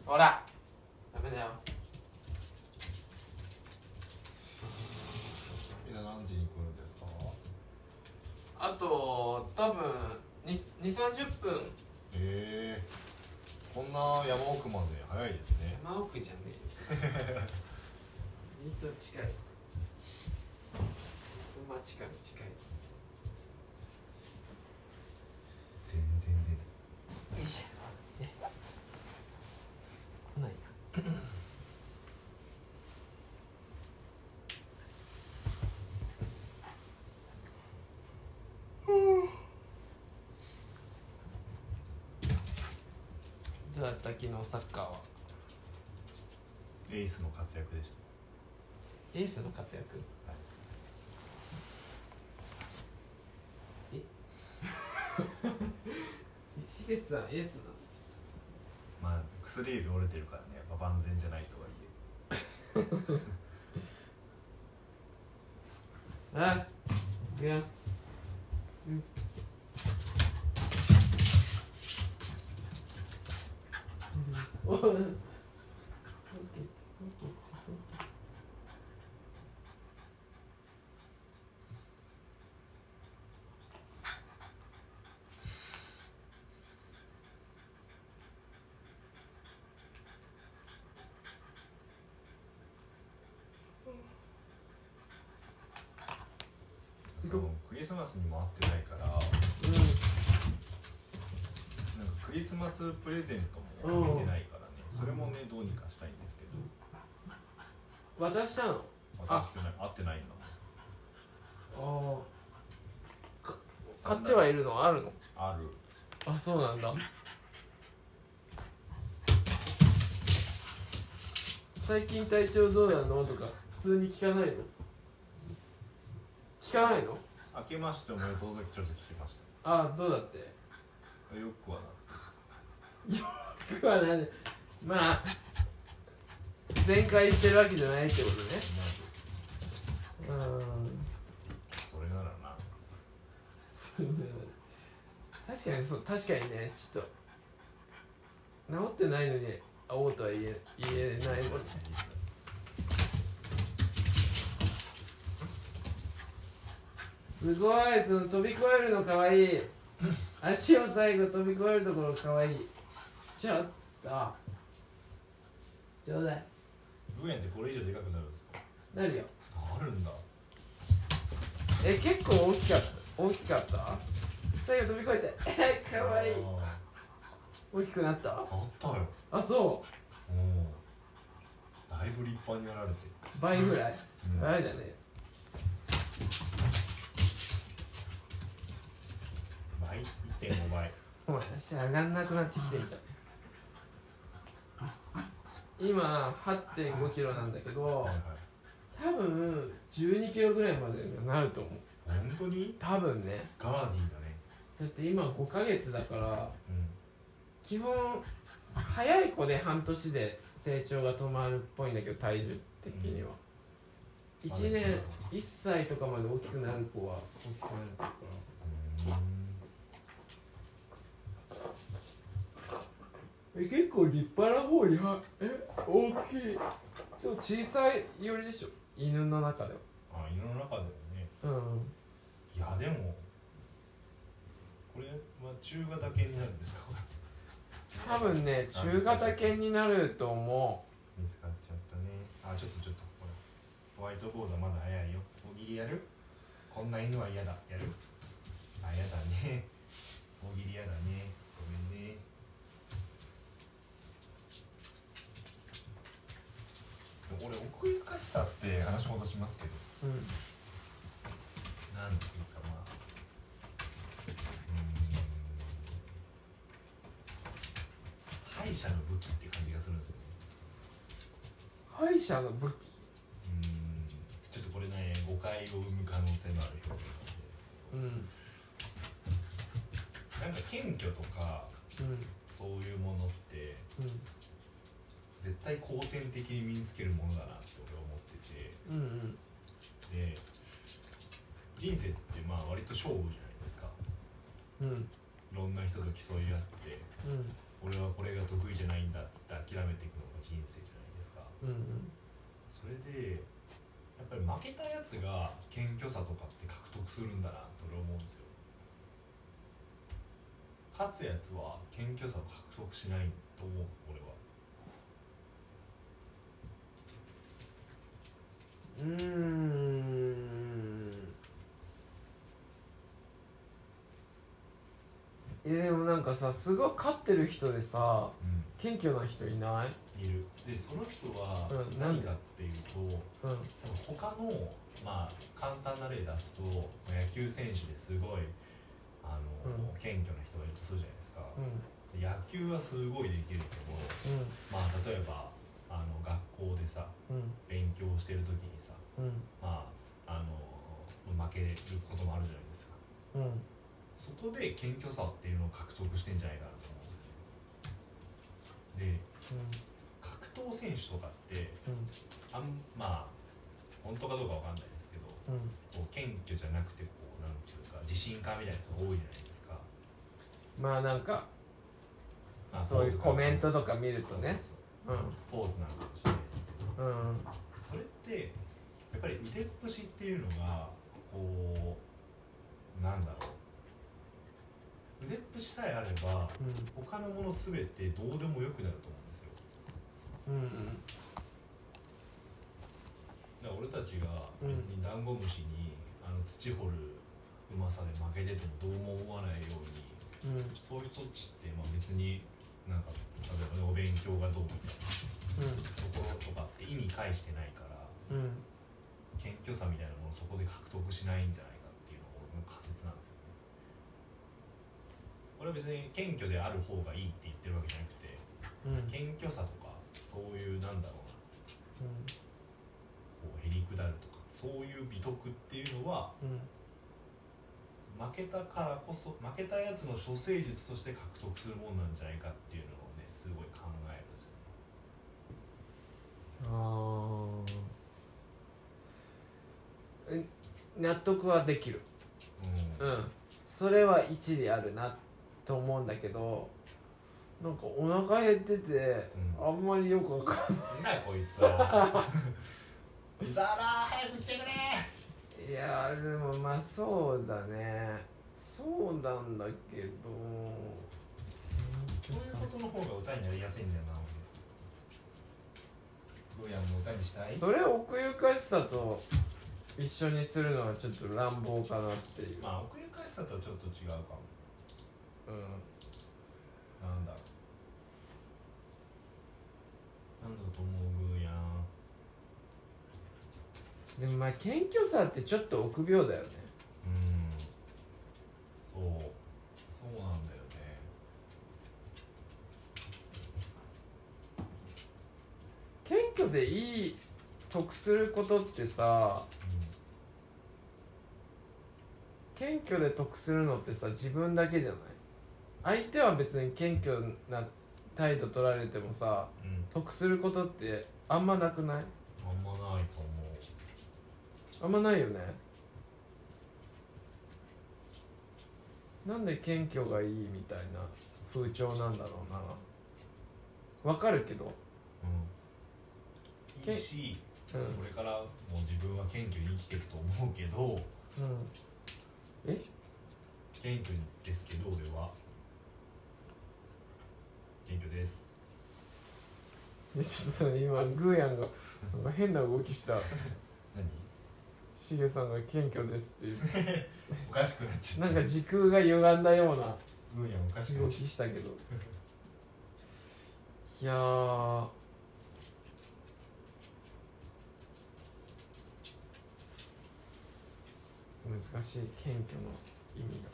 ほらダメだよ
みんな何時に来るんですか
あと多分2 3 0分
ええこんな山奥まで早いですね
山奥じゃねえずっと近い馬近に近い
全然出ない
よいしょね来ないなどうだった昨日サッカーは
エースの活躍でした
エースの活躍え 一月さんエースなの
まあ薬指折れてるからねやっぱ万全じゃないとはいえ
あ、いくよ。うん。おい
そのクリスマスにも会ってないからなんかクリスマスプレゼントも見てないからねそれもねどうにかしたいんですけど
うん。渡したの。あ
渡してない会ってないんだ
ああ。か買ってはいるのあるの。
ある
あ、そうなんだ。最近体調どうなのとか普通に聞かないの。聞かないの。
明けましておめでとうだけちょっと聞きまし
ああ、どうだって。
たよくはな
僕はなんでまあ全開してるわけじゃないってこ
まず
とねうん
それならな
そうだ確かにそう確かにねちょっと治ってないのに会おうとは言え言えないもんねすごいその飛び越えるのかわいい足を最後飛び越えるところかわいいちょっとちょうだい
ブーヤンってこれ以上でかくなるんですか
なるよ
なるんだ
え結構大きかった大きかった最後飛び越えてえーかわいい
あ
大きくなった
ーあったよ
あそ
もうだいぶ立派になられて
う倍ぐらい
うん
倍だね
倍1.5倍
お前足上がんなくなってきてんじゃん今8 5キロなんだけど
はいはい
多分1 2キロぐらいまでになると思う
本当に
多分ね
ガーディーだね
だって今5ヶ月だから
うん
基本早い子で半年で成長が止まるっぽいんだけど体重的には、
うん
1年1歳とかまで大きくなる子は大きくなるからえ結構立派な方にはえ大きいでも小さいよりでしょ犬の中では
あ犬の中でもね
うん
いやでもこれは中型犬になるんですか
多分ね中型犬になると思
見つかっちゃったねあちょっとちょっとこれホワイトボードまだ早いよ大喜利やるこんな犬は嫌だやるあ嫌だね大喜利嫌だねごめんねでも俺奥ゆかしさって話戻しますけど
う、うん、
なんていうかまあうーん敗者の武器って感じがするんですよね
歯医者の武
うーん
器
ちょっとこれね誤解を生む可能性のある表現かもしれないです
うんうん
けどなんか謙虚とかそういうものって
う
絶対後天的に身につけるものだなって俺は思ってて
んうん
で人生ってまあ割と勝負じゃないですか
うんう
い
ん
ろんな人と競い合って
うん
終俺はこれが得意じゃないんだっつって諦めていくのが人生じゃないですか
うん
それでやっぱり負けたやつが謙虚さとかって獲得するんだなと俺思うんですよ勝つやつは謙虚さを獲得しないと思う俺は
うーんいやでもなんかさすごい勝ってる人でさ
う
謙虚な人いない
んいるでその人は
うん
何かっていうと、
うん
多分他のまあ簡単な例出すと野球選手ですごいあの、
うん
謙虚な人がいるとするじゃないですか、
うん
で野球はすごいできるけどまあ例えばあの学校でさ
うん
勉強してる時にさ
うん
まああの負けることもあるじゃないですか
うんうん
そこで謙虚さっていうのを獲得してんじゃないかなと思うんですよねで格闘選手とかってあんまあ本当かどうかわかんないですけど
うん
こう謙虚じゃなくてこうなんていうか自信家みたいな人が多いじゃないですか、
まあなんか
まあ
そういうコメント
と
とか見るとねうん
ポーズなのかもしれないですけど
うん
それってやっぱり腕っぷしっていうのがこうなんだろう腕っぷしさえあれば他のもの全てどうでもよくなると思うんですよ
うんうん
だから俺たちが別にダンゴムシに、あの土掘るうまさで負けててもどうも思わないように
うん
そういう人たちって、まあ、別になんか例えばねお勉強がどうみたいなところとかって意に介してないから
うんうん
謙虚さみたいなものをそこで獲得しないんじゃないかっていうのが俺の仮説なんですよね俺は別に謙虚である方がいいって言ってるわけじゃなくて
うんうん
謙虚さとかそういうなんだろうなこうへりくだるとかそういう美徳っていうのは
うん
負けたからこそ負けたやつの処世術として獲得するもんなんじゃないかっていうのをねすごい考えるんですよね
あーえ納得はできる
う
うんんそれは一理あるなと思うんだけどなんかお腹減ってて
うん
あんまりよくわかん
なんだよこいつ は伊沢だ早く来てくれ
ないいやーでもまあそうだねそうなんだけど
そういうことの方が歌になりやすいんだよな俺ゴーヤンも歌にしたい
それを奥ゆかしさと一緒にするのはちょっと乱暴かなっていう、
まあ奥ゆかしさとはちょっと違うかも
う
なんだろうなんだと思うグーヤン
ん、でもまあ謙虚さってちょっと臆病だよね
うんそうそうなんだよね
謙虚でいい得することってさ謙虚で得するのってさ自分だけじゃない相手は別に謙虚な態度取られてもさ
うん、うん、
得することってあんまなくない
あんまないと思う
あんまないよねなんで謙虚がいいみたいな風潮なんだろうなわかるけど
うんいいし
うん
これからも自分は謙虚に生きてると思うけど
うんえ
謙虚ですけど俺は謙虚です
でちょっとそれ今グーヤンがなんか変な動きした
何
シゲさんが謙虚ですっていう
おかしくなっちゃ
な
っ
ん
た
か時空が歪んだような
うんやおかしくな
動
っ
き
ちゃっ
したけどいやー難しい謙虚の意味が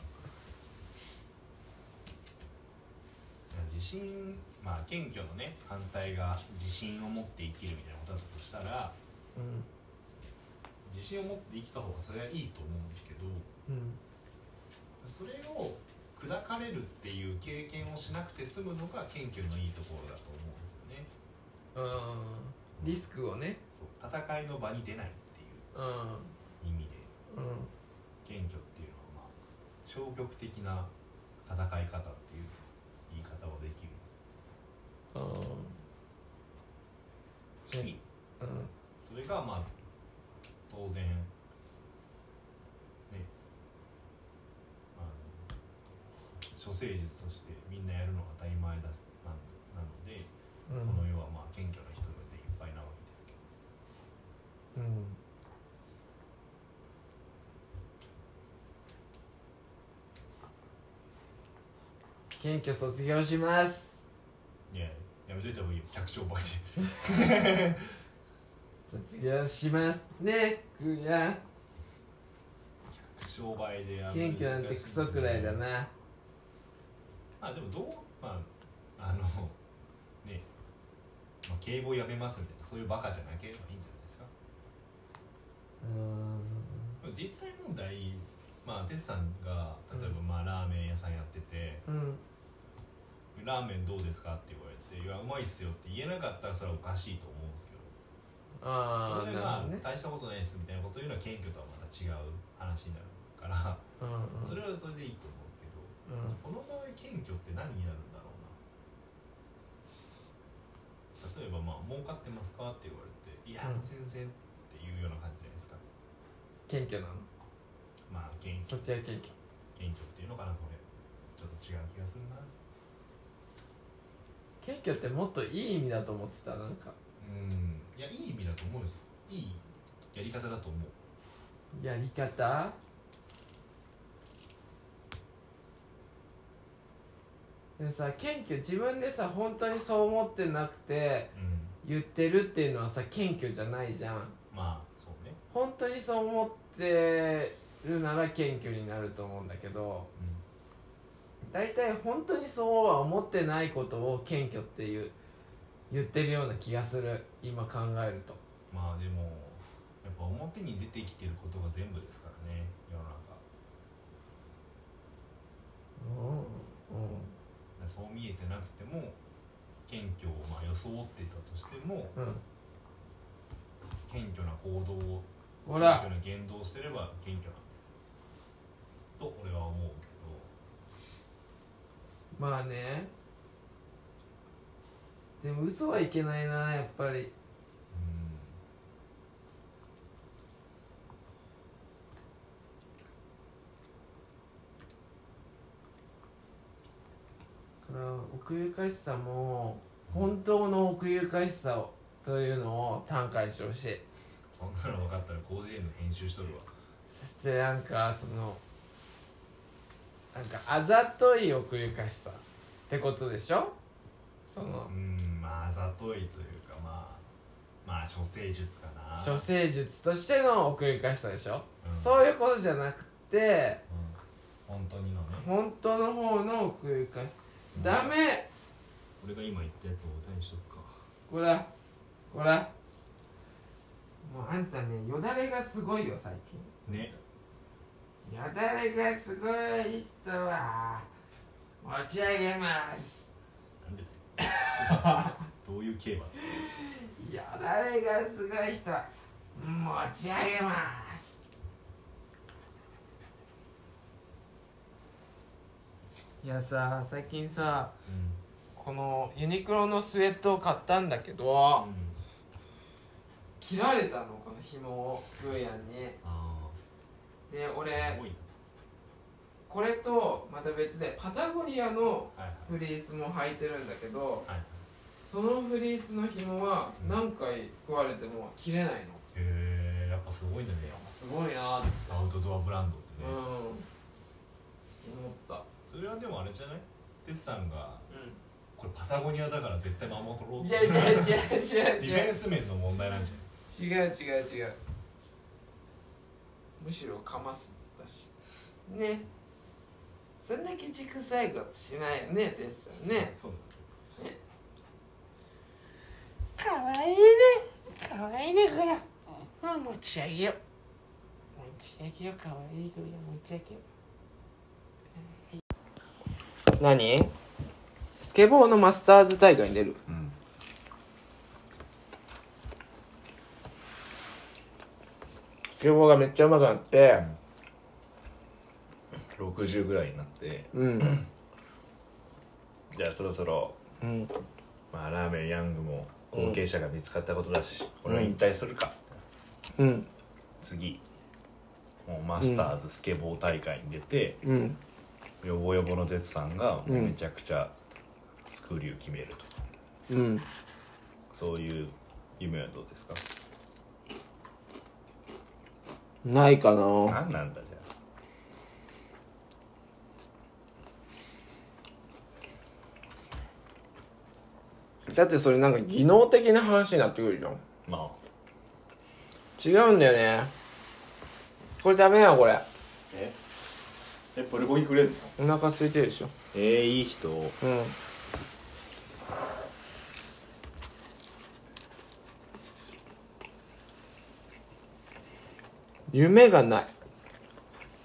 た自信まあ謙虚のね反対が自信を持って生きるみたいなことだとしたら
うん
自信を持って生きた方がそれはいいと思うんですけど
うん
それを砕かれるっていう経験をしなくて済むのが謙虚のいいところだと思うんですよね
あーリスクをね
そう戦いの場に出ないっていう意
うん
味で
うん
謙虚っていうのはまあ消極的な戦い方っていう言い方をできる
うん
次
うん
それがまあ当然ねあの処世術としてみんなやるのが当たり前だすななので、
うん
この世はまあ謙虚な人がいっぱいなわけですけど
うん謙虚卒業します
いややめといた方がいいよ百姓ば いで
卒業しますねくや
商売でや
謙虚なんてクソくらいだな
まあでもどうまああのねまあ、敬語やめますみたいなそういうバカじゃなければいいんじゃないですか
うん
実際問題まあ哲さんが例えばまあラーメン屋さんやってて、
うん
ラーメンどうですかって言われて「いやうまいっすよ」って言えなかったらそれはおかしいと思うんですけど
あ
そ
あ
れで
なる
ま
ほ
あ、
どね
大したことないっすみたいなこと言うのは謙虚とはまた違う話になるから
うんうん
それはそれでいいと思うんですけど
うん
この場合謙虚って何になるんだろうな例えばまあ「儲かってますか?」って言われて「いや
うん
全然」っていうような感じじゃないですか
謙虚なの
まあ謙
そ
虚
っちは謙虚
謙虚っていうのかなこれちょっと違う気がするな
謙虚ってもっといい意味だと思ってたなんか
うんいやいい意味だと思うんですよいいやり方だと思う
やり方でもさ謙虚自分でさ本当にそう思ってなくて
うん
言ってるっていうのはさ謙虚じゃないじゃん
まあそうね、
本当にそう思ってるなら謙虚になると思うんだけど
う
大体本当にそうは思ってないことを謙虚っていう言ってるような気がする今考えると
ん、まあでもやっぱ表に出てきてることが全部ですからね世の中
うん
そう見えてなくても謙虚をまあ装ってたとしても
うんうん
謙虚な行動を
ほら
謙虚な言動をしてれば謙虚なんですと俺は思うけど
まあねでも嘘はいけないなやっぱ
う
り
ん
だから奥ゆかしさも本当の奥ゆかしさをというのを短歌にしてほしい
そんなの分かったら広辞苑の編集しとるわ
でなんかそのなんかあざとい奥ゆかしさってことでしょその
うんまああざといというかまあまあ処世術かな
処世術としての奥ゆかしさでしょ、
うん
そういうことじゃなくて
うん本当にのね
本当の方の奥ゆかしさダメ
俺が今言ったやつを歌にしとくか
こらこらもうあんたねよだれがすごいよ最近
ね
よだれがすごい人は持ち上げます
なんでだよ どういう刑罰
よだれがすごい人は持ち上げますいやさ最近さ
う
このユニクロのスウェットを買ったんだけど、
ん、うん、
切られたのこの紐をブーヤンに
あ
で
あ
俺
すごいな
これとまた別でパタゴニアの
はいはい
フリースも履いてるんだけど
はいはい
そのフリースの紐は何回食われても切れないのい
へえやっぱすごいんだね
やすごいなって
アウトドアブランドって
うん
ね、
思った
それはでもあれじゃないテスさんが
う
これパタゴニアだから絶対守ろうんと
違う違う違
デ
う違
ィ
う
フ
違
ェ
う
ンス面の問題なんじ
違う違う違うむしろかますって言ったしねそんなケチくさいことしないよねテスさん
ゃない
ね
そう
かわいいねかわいいねこれもう持ち上げよう持ち上げようかわいいこれ持ち上げよう何スケボーのマスターズ大会に出る
だうん
スケボーがめっちゃ上手くなって
60ぐらいになって
うん
じゃあそろそろ
うん
まあ、ラーメンヤングも後継者が見つかったことだし、これは引退するか、
うん
次もうマスターズスケボー大会に出て、
うん
ヨボヨボの哲さんが
うん
めちゃくちゃスクリュー決めるとか、
うん
そういう夢はどうですか
ないかな
何なんだじゃあ
だってそれなんか技能的な話になってくるじゃん
まあ
違うんだよねこれダメやこれ
ええプルコギくれるの
お腹空いてるでしょ
えー、いい人
うん夢がない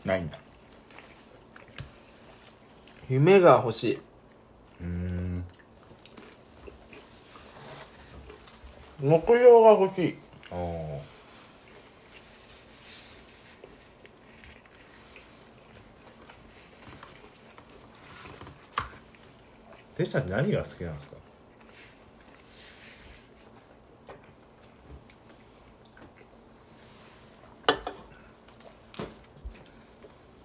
ないんだ
夢が欲し
うーん
い目標が欲しい
ああてっちゃんって何が好きなんですか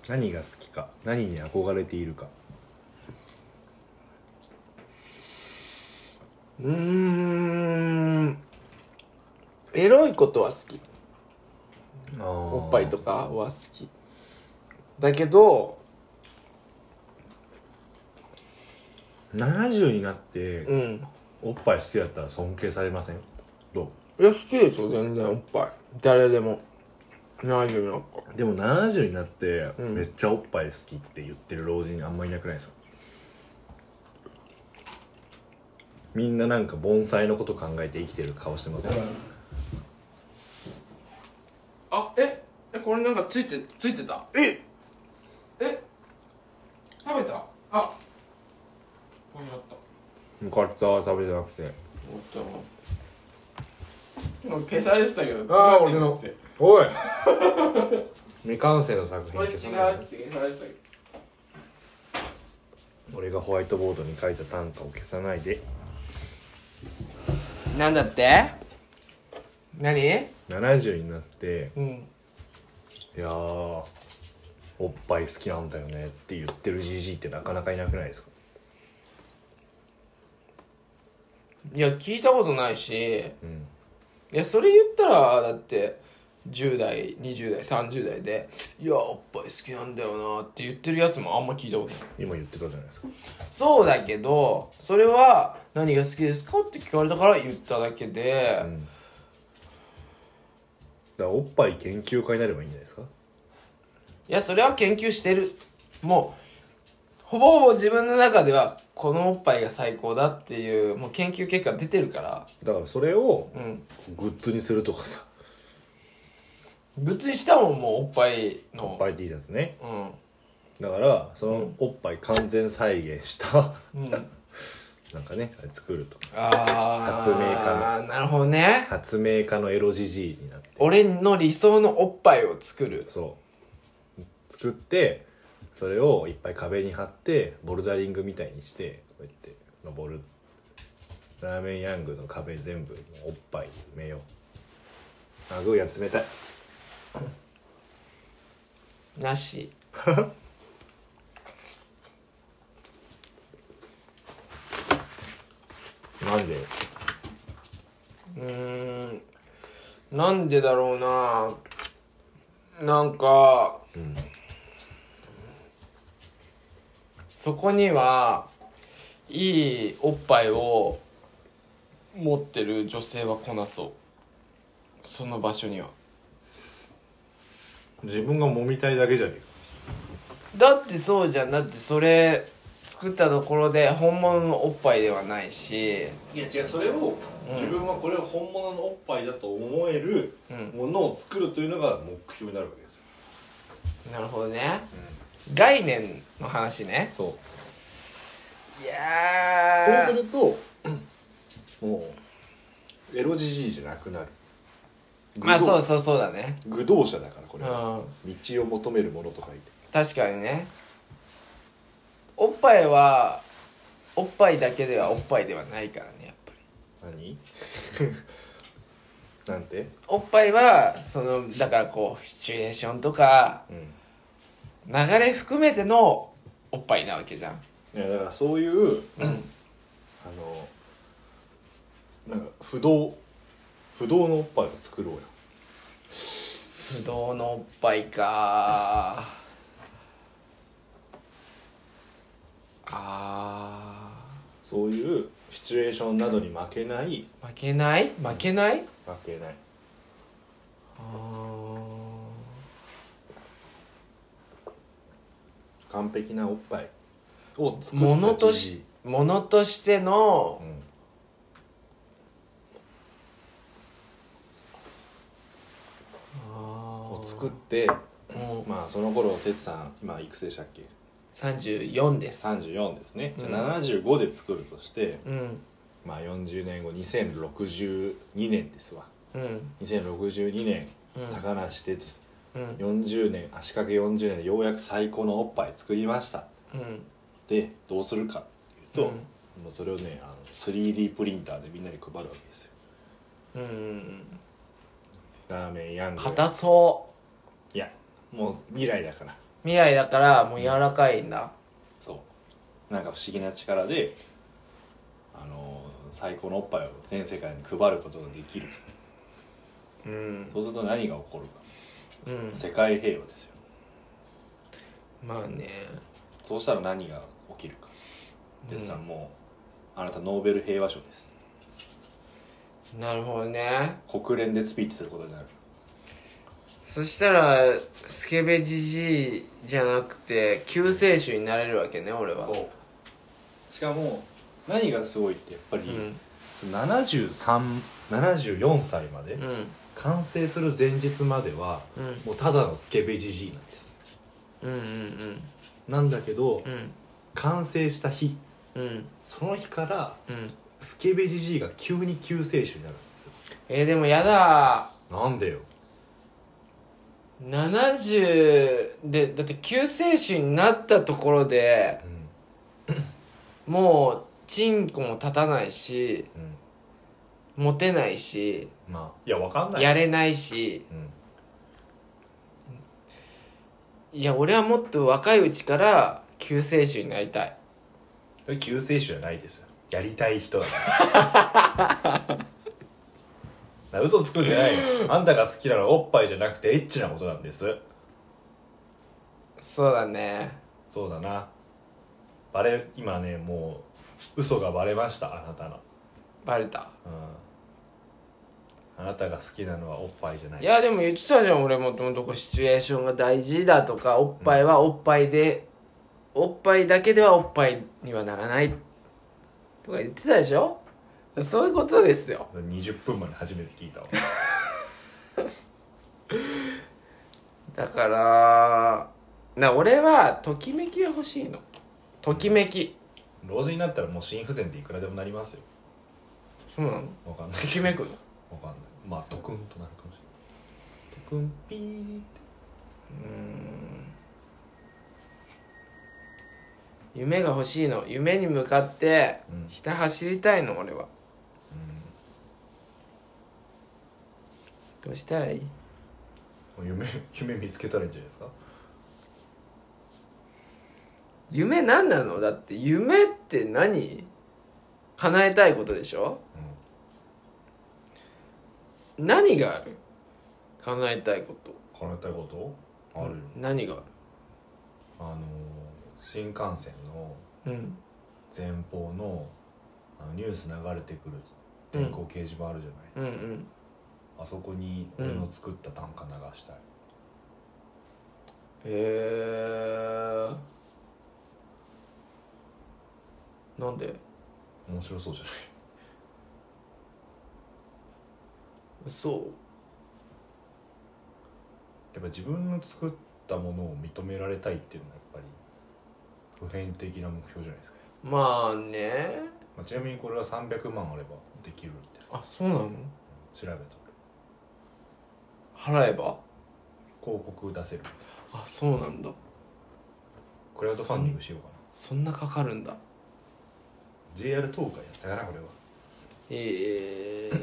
何が好きか何に憧れているか
うーんエロいことは好きお
お
っぱいとかは好きだけど
70になって
うん
おっぱい好きだったら尊敬されませんどう
いや好きですよ全然おっぱい誰でも70なんか
でも70になって
うん
めっちゃおっぱい好きって言ってる老人あんまいなくないですかみんななんか盆栽のこと考えて生きてる顔してません
あええこれなんかついてついてた
え
え食べたあこれやった
よかった食べてなくて
もう消されてたけど
あー
違うやつって
おい 未完成の作
こ
品
れ違
消さ
うっつ
ない
って消されてたけど
俺がホワイトボードに書いた短歌を消さないで
なんだって何
70になって
うん
いやーおっぱい好きなんだよねって言ってるじじいってなかなかいなくないですか
いや聞いたことないし
うん
いやそれ言ったらだって10代20代30代で「いやおっぱい好きなんだよな」って言ってるやつもあんま聞いたことない
今言ってたじゃないですか
そうだけどそれは「何が好きですか?」って聞かれたから言っただけで、
うんだからおっぱい研究家になればいいんじゃないですか
いやそれは研究してるもうほぼほぼ自分の中ではこのおっぱいが最高だっていうもう研究結果出てるから
だからそれを
うん
グッズにするとかさ
物にしたもんもうおっぱいの
おっぱい T シャツね
うん
だからそのおっぱい完全再現した
うんあ
なんかねあれ作るとか
あ
発明家
なるほどね
発明家のエロじじいになって
俺の理想のおっぱいを作る
そう作ってそれをいっぱい壁に貼ってボルダリングみたいにしてこうやって登るラーメンヤングの壁全部おっぱい埋めようあグーヤン冷たい
なし
なんで
うーんなんでだろうななんか、
うん
そこにはいいおっぱいを持ってる女性は来なそうその場所には
自分が揉みたいだけじゃね
だってそうじゃんだってそれ作ったところで本物のおっぱいではないし
えかいや違うそれを自分はこれを本物のおっぱいだと思える
うん
ものを作るというのが目標になるわけですよ、
なるほどね概念の話ね
そう
いやー
そうすると もうエロじじいじゃなくなる
まあ
愚道
そうそうそうだね
愚道者だからこ
う
れは、
ん
道を求めるものと書いて
確かにねおっぱいはおおっぱいだけではおっぱいではないからねやっぱり
何 なんて
おっぱいはそのだからこうシチュエーションとか
うん
流れ含めてのおっぱいなわけじゃん
いやだからそういう、あのなんか不動不動のおっぱいを作ろうよ
不動のおっぱいかあ
そういうシチュエーションなどに負けない
ー負けない負けない
負けない
あー
完璧なおっぱいを作った
物と
じ
し
じ
物としての
い、うん、
あ
を
ー
作って
もう
まあその頃哲さん今いくつでしたっけ
34です
34ですね、じゃ
うん
あ75で作るとして、
うん
まあ40年後2062年ですわ
うん
2062年
うん
高梨哲
うん
40年足掛け40年でようやく最高のおっぱい作りました
うん
でどうするかっていうと、
うん
もうそれをねあの 3D プリンターでみんなに配るわけですよ
うんうん
ラーメンヤング
硬そう
いやもう未来だから
未来だからもう柔らかいんだ
そうなんか不思議な力であの最高のおっぱいを全世界に配ることができる
うん
そうすると何が起こるか
うん
世界平和ですよ
まあね
そうしたら何が起きるか哲さん、もうあなたノーベル平和賞です
なるほどね
国連でスピーチすることになる
そしたらスケベじじいじゃなくて救世主になれるわけね俺は
しかも何がすごいってやっぱり、
ん
7374歳まで、
うん
完成する前日までは
うん
もうただのスケベじじいなんです
うんうん
なんだけど、
うん
完成した日
うんうん
その日から
うん
スケベじじいが急に救世主になるんですよ
えー、でもやだ
なんでよ
70でだって救世主になったところで
うん
もうチンコも立たないし
う
モテないし
んまあいやわかんない
やれないし
うん
いや俺はもっと若いうちから救世主になりたい
それ救世主じゃないですよやりたい人だ からな嘘つくんじゃないよあんたが好きなのはおっぱいじゃなくてエッチなことなんです
そうだね
そうだなバレ今ねもう嘘がバレましたあなたの
バレた
うんあなたが好きなのはおっぱいじゃない
いやでも言ってたじゃん俺もともとこうシチュエーションが大事だとかおっぱいはおっぱいで、おっぱいだけではおっぱいにはならないとか言ってたでしょそういうことですよ
20分まで初めて聞いたわ
だからな俺はときめきが欲しいのときめき
老人になったらもう心不全っていくらでもなりますよ
そうなの
わかんな
と
い
きめくの
わかんないまあドクンとなるかもしれないドクンピーって
うーん夢が欲しいの夢に向かって
うん
ひた走りたいの俺はどうしたらいい
もう夢 夢見つけたらいいんじゃないですか
夢何なのだって夢って何叶えたいことでしょ
う
何がある叶えたいこと
ん叶えたいことあるよ、
何がある
あのー新幹線の
うん
前方のあのニュース流れてくる電光掲示板あるじゃ
う
なん
う
いですか、
ん
あそこに俺の作った短歌流したい、
へえなんで
面白そうじゃない
そ
やっぱ自分の作ったものを認められたいっていうのはやっぱり普遍的な目標じゃないですか、
うまあね
まあ、ちなみにこれは300万あればできるんです
あそうなの
調べたら
払えば
広告出せる
あそうなんだ
クラウドファンディングしようかな
そんなかかるんだ
JR 東海やったかなこれは
えー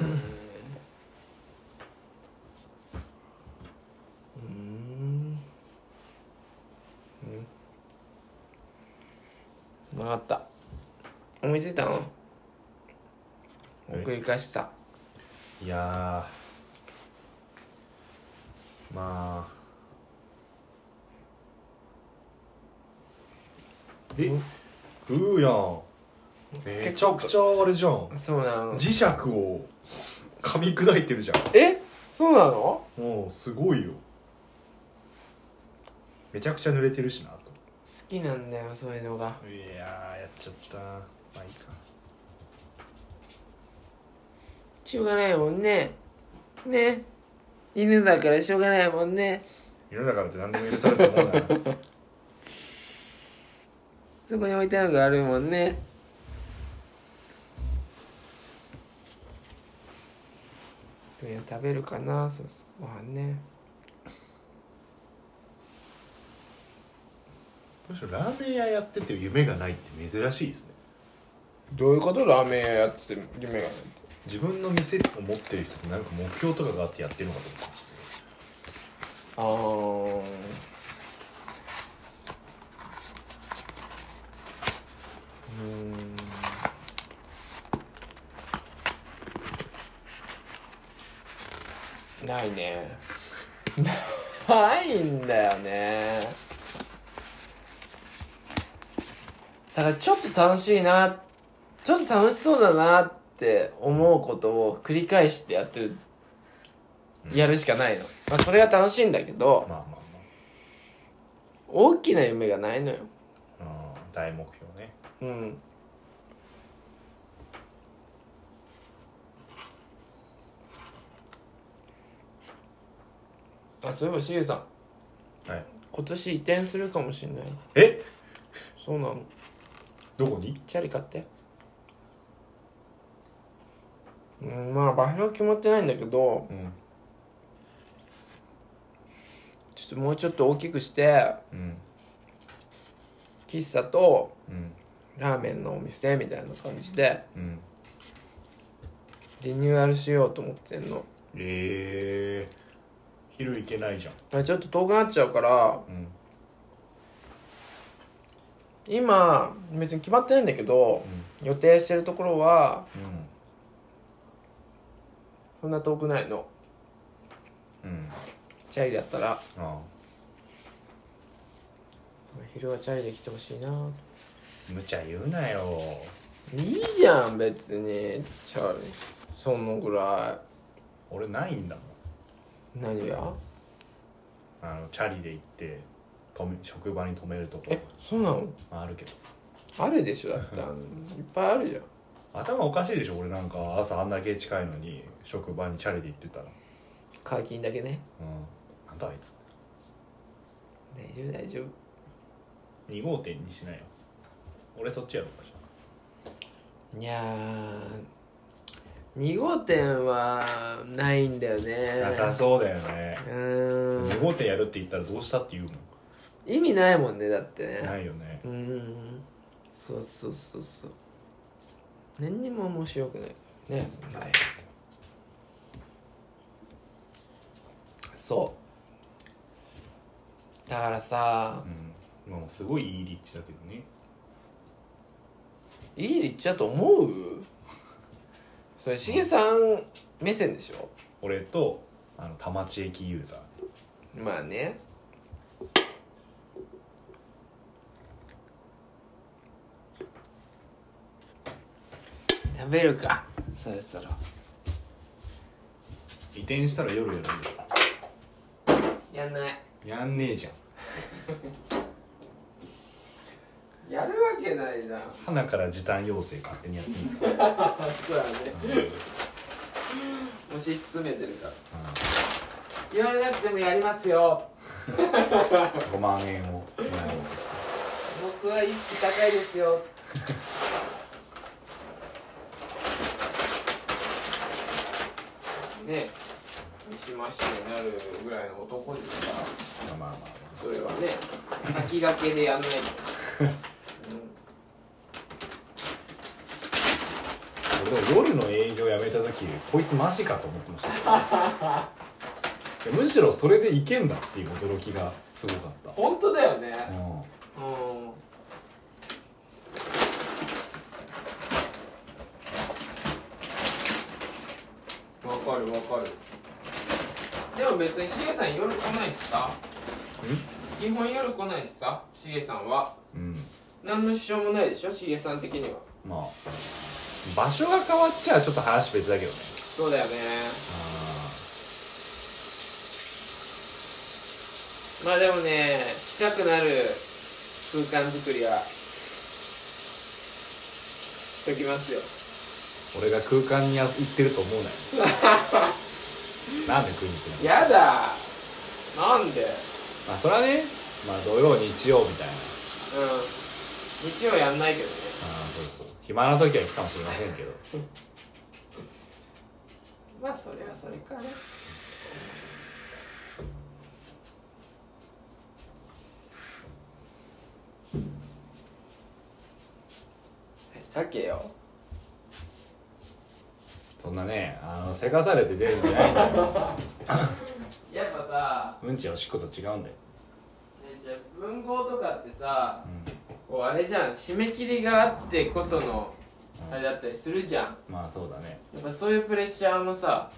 うーんうん分かった思いついたの
はい
奥行かした
いやーまあえ食うやんめちゃくちゃあれじゃん
そうなの
磁石を噛み砕いてるじゃん
えそうなの
もうすごいよめちゃくちゃ濡れてるしなと
好きなんだよそういうのが
いやーやっちゃったまあいいか
しょうがないもんねね犬だからしょうがないもんね
世の中なんて何でも許されると思うな
そこに置いてあるのがあるもんねどうやって食べるかなそうそうご飯ね
むしろラーメン屋やってて夢がないって珍しいですね
どういうことラーメン屋やってて夢がない
自分の店を持ってる人ってなんか目標とかがあってやってるのかと思ってまし
あーうーんないね ないんだよねだからちょっと楽しいなちょっと楽しそうだなって思うことを繰り返してやってるやるしかないの、まあ、それが楽しいんだけど、
たまあま
大きな夢がないのよ
あまあ、うん、大目標ね
うんあそういえばしげさん
はい
今年移転するかもしれない
え
そうなの
どこに
チャリ買ってうんまあ場所は決まってないんだけど
うん
ちょっともうちょっと大きくして
うん
喫茶と
うん
ラーメンのお店みたいな感じで
うん
リニューアルしようと思ってんの
ええー、昼行けないじゃん
あちょっと遠くなっちゃうから
うん
今別に決まってないんだけど予定してるところは
うん
そんな遠くないの
うん
チャリだったら
ああ
昼はチャリで来てほしいな
無茶言うなよ
いいじゃん別にチャリそのぐら
俺ないんだもん
い何が
あのチャリで行って止め職場に止めるとこ
えそうなの
まああるけど
あるでしょだってあのいっぱいあるじゃん
頭おかしいでしょ俺なんか朝あんだけ近いのに職場にチャリで行ってたら
解禁だけね
うんなんだあいつ
大丈夫大丈夫
2号店にしないよ俺そっちやろうかじ
いやー2号店はないんだよね
ゃなさそうだよね
うー
2
ん
号店やるって言ったらどうしたって言うもん
意味ないもんねだってね
ないよね
うんうんうんそうそうそうそう何にも面白くないねそのライブってそうだからさ
うんもうすごいいい立地だけどね
いい立地だと思うそれしげさん目線でしょ
俺とあの田町駅ユーザー
まあね食べるかそろそろ
移転したら夜やるんだ
やんない
やんねえじゃん
やるわけないじゃん
花から時短要請勝手にやってんだから
そうだね
うん
推し進めてるから言われなくてもやりますよ
5万円を
僕は意識高いですよね三島市になるぐらいの男ですから
まあまあま
それはね 先駆けでやんないと、うん
でも夜の営業やめた時こいつマジかと思ってましたいやむしろそれでいけんだっていう驚きがすごかっ
本当だよ
た、
ね
うん
うんわかるわかるでも別にしげさん夜来ないしさ基本夜来ないしさしげさんは
うん、
何の支障もないでしょしげさん的には
まあ場所が変わっちゃちょっと話別だけどね
そうだよねまあでもね来たくなる空間作りはしときますよ
俺が空間に行ってると思うなよラーメン食いに行くの
やだなんで
まあそれはねまあ土曜日曜みたいな
うん日曜やんないけどね
あーそうそう暇な時は行くかもしれませんけど
まあそれはそれかね鮭よ
そんなねあのせかされて出るんじゃないんだよ
やっぱさ
うんちおしっこと違うんだよ、
ねじゃあ文豪とかってさ
う
こうあれじゃん締め切りがあってこその
ん
あれだったりするじゃん
まあそうだね、
やっぱそういうプレッシャーもさ
は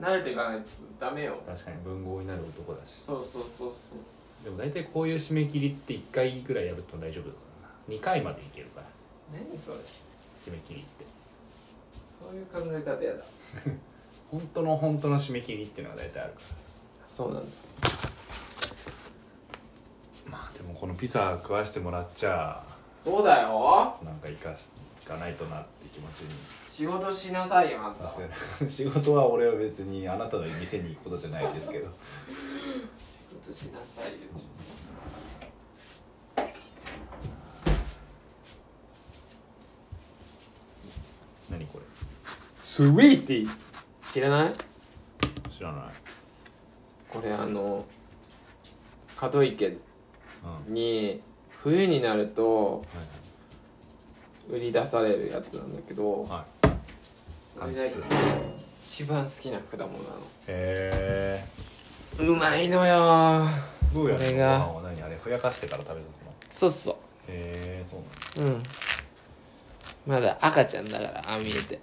い、
慣れていかないとダメよ
確かに文豪になる男だし
そうそうそうそう
でも大体こういう締め切りって1回ぐらい破っても大丈夫だからな2回までいけるから
何それ
締め切りって
そういう考え方やだ
本当の本当の締め切りっていうのが大体あるからさ
そうなんだ
まあでもこのピザ食わしてもらっちゃ
そうだよ
なんか生かし行かないとなって気持ちに
仕事しなさいよあんた
させる 仕事は俺は別にあなたの店に行くことじゃないですけど
仕事しなさいよ
何これ
スウィーティー知らない
知らない
これあの門池
うんはい
に冬になると
はい
売り出されるやつなんだけど
は
俺
い
が
柑橘
一番好きな果物な
へえ
のうまいのよ
どうやって
これ
ご飯
が
は何あれふやかしてから食べさすのへ
そうそ
えそうなんだ
ううんまだ赤ちゃんだからあ見えて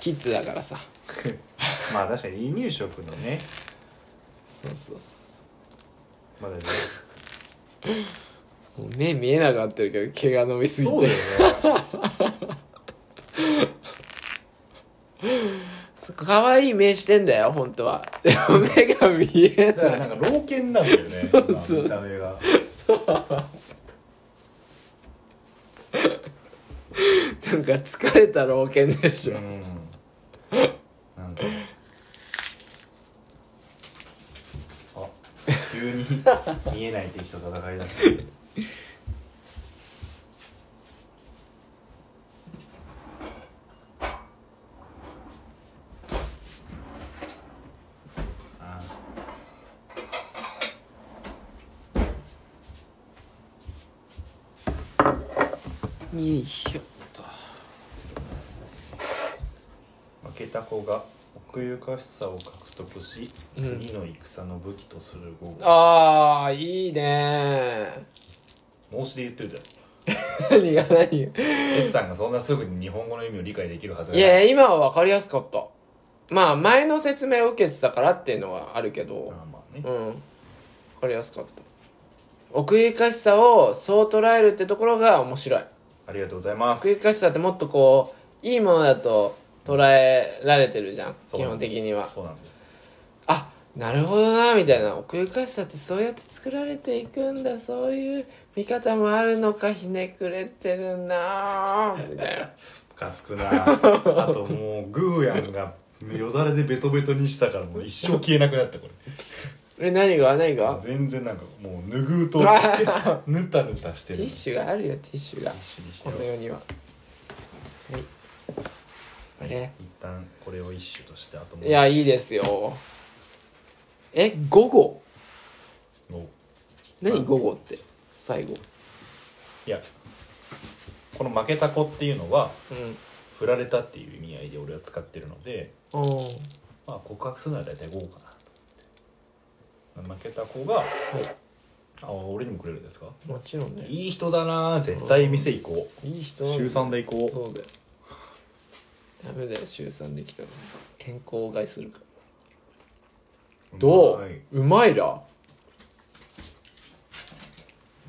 キッズだからさ
まあ確かに離乳食のね
そうそうそうそう
まだね
もう目見えなくなってるけど毛が伸びすぎ
そうだ
て
よね
可愛い目してんだよ本当はでも目が見え
だか
な
ら
い
なんか老犬なんだよね
そうそう
今見た目が
なんか疲れた老犬でし
う
ょ
んなんかあ急に見えない敵と戦いだしてるあ
よいしょっと
負けた子が奥ゆかしさを獲得し、
うん
次の戦の武器とする語を
あーいいね
孟子で言ってるじゃん
ー何が何が
エツさんがそんなすぐに日本語の意味を理解できるはずが
いや今は分かりやすかったまあ前の説明を受けてたからっていうのはあるけど
まあまあね
うん分かりやすかった奥ゆかしさをそう捉えるってところが面白い
ありがとうございます
奥ゆかしさってもっとこういいものだと捉えられてるじゃん基本的には
そうなんです
あなるほどなみたいな奥ゆかしさってそうやって作られていくんだそういう見方もあるのかひねくれてるなみたいな
ムカつくな あともうグーヤンがよだれでベトベトにしたからもう一生消えなくなったこれ
え何が何が
全然なんかもう拭うと ぬたぬたして
テ
る
ィッシュがあるよティッシュが
ティッシュにし
こ
よう
の世にははいあれ
一旦これを一種としてあともう
いやいいですよえ午後
もう
何午後って最後
いやこの負けた子っていうのは
うん
振られたっていう意味合いで俺は使ってるので
おー
まあ告白するなら大体5かなと思って負けた子が「あ俺にもくれるんですか?
もちろん」ね
いい人だな絶対店行こ
いい人
う
なんだ
週3で行こう
そうだよダメだよ週3できたら健康を害するからどう
いう
まいら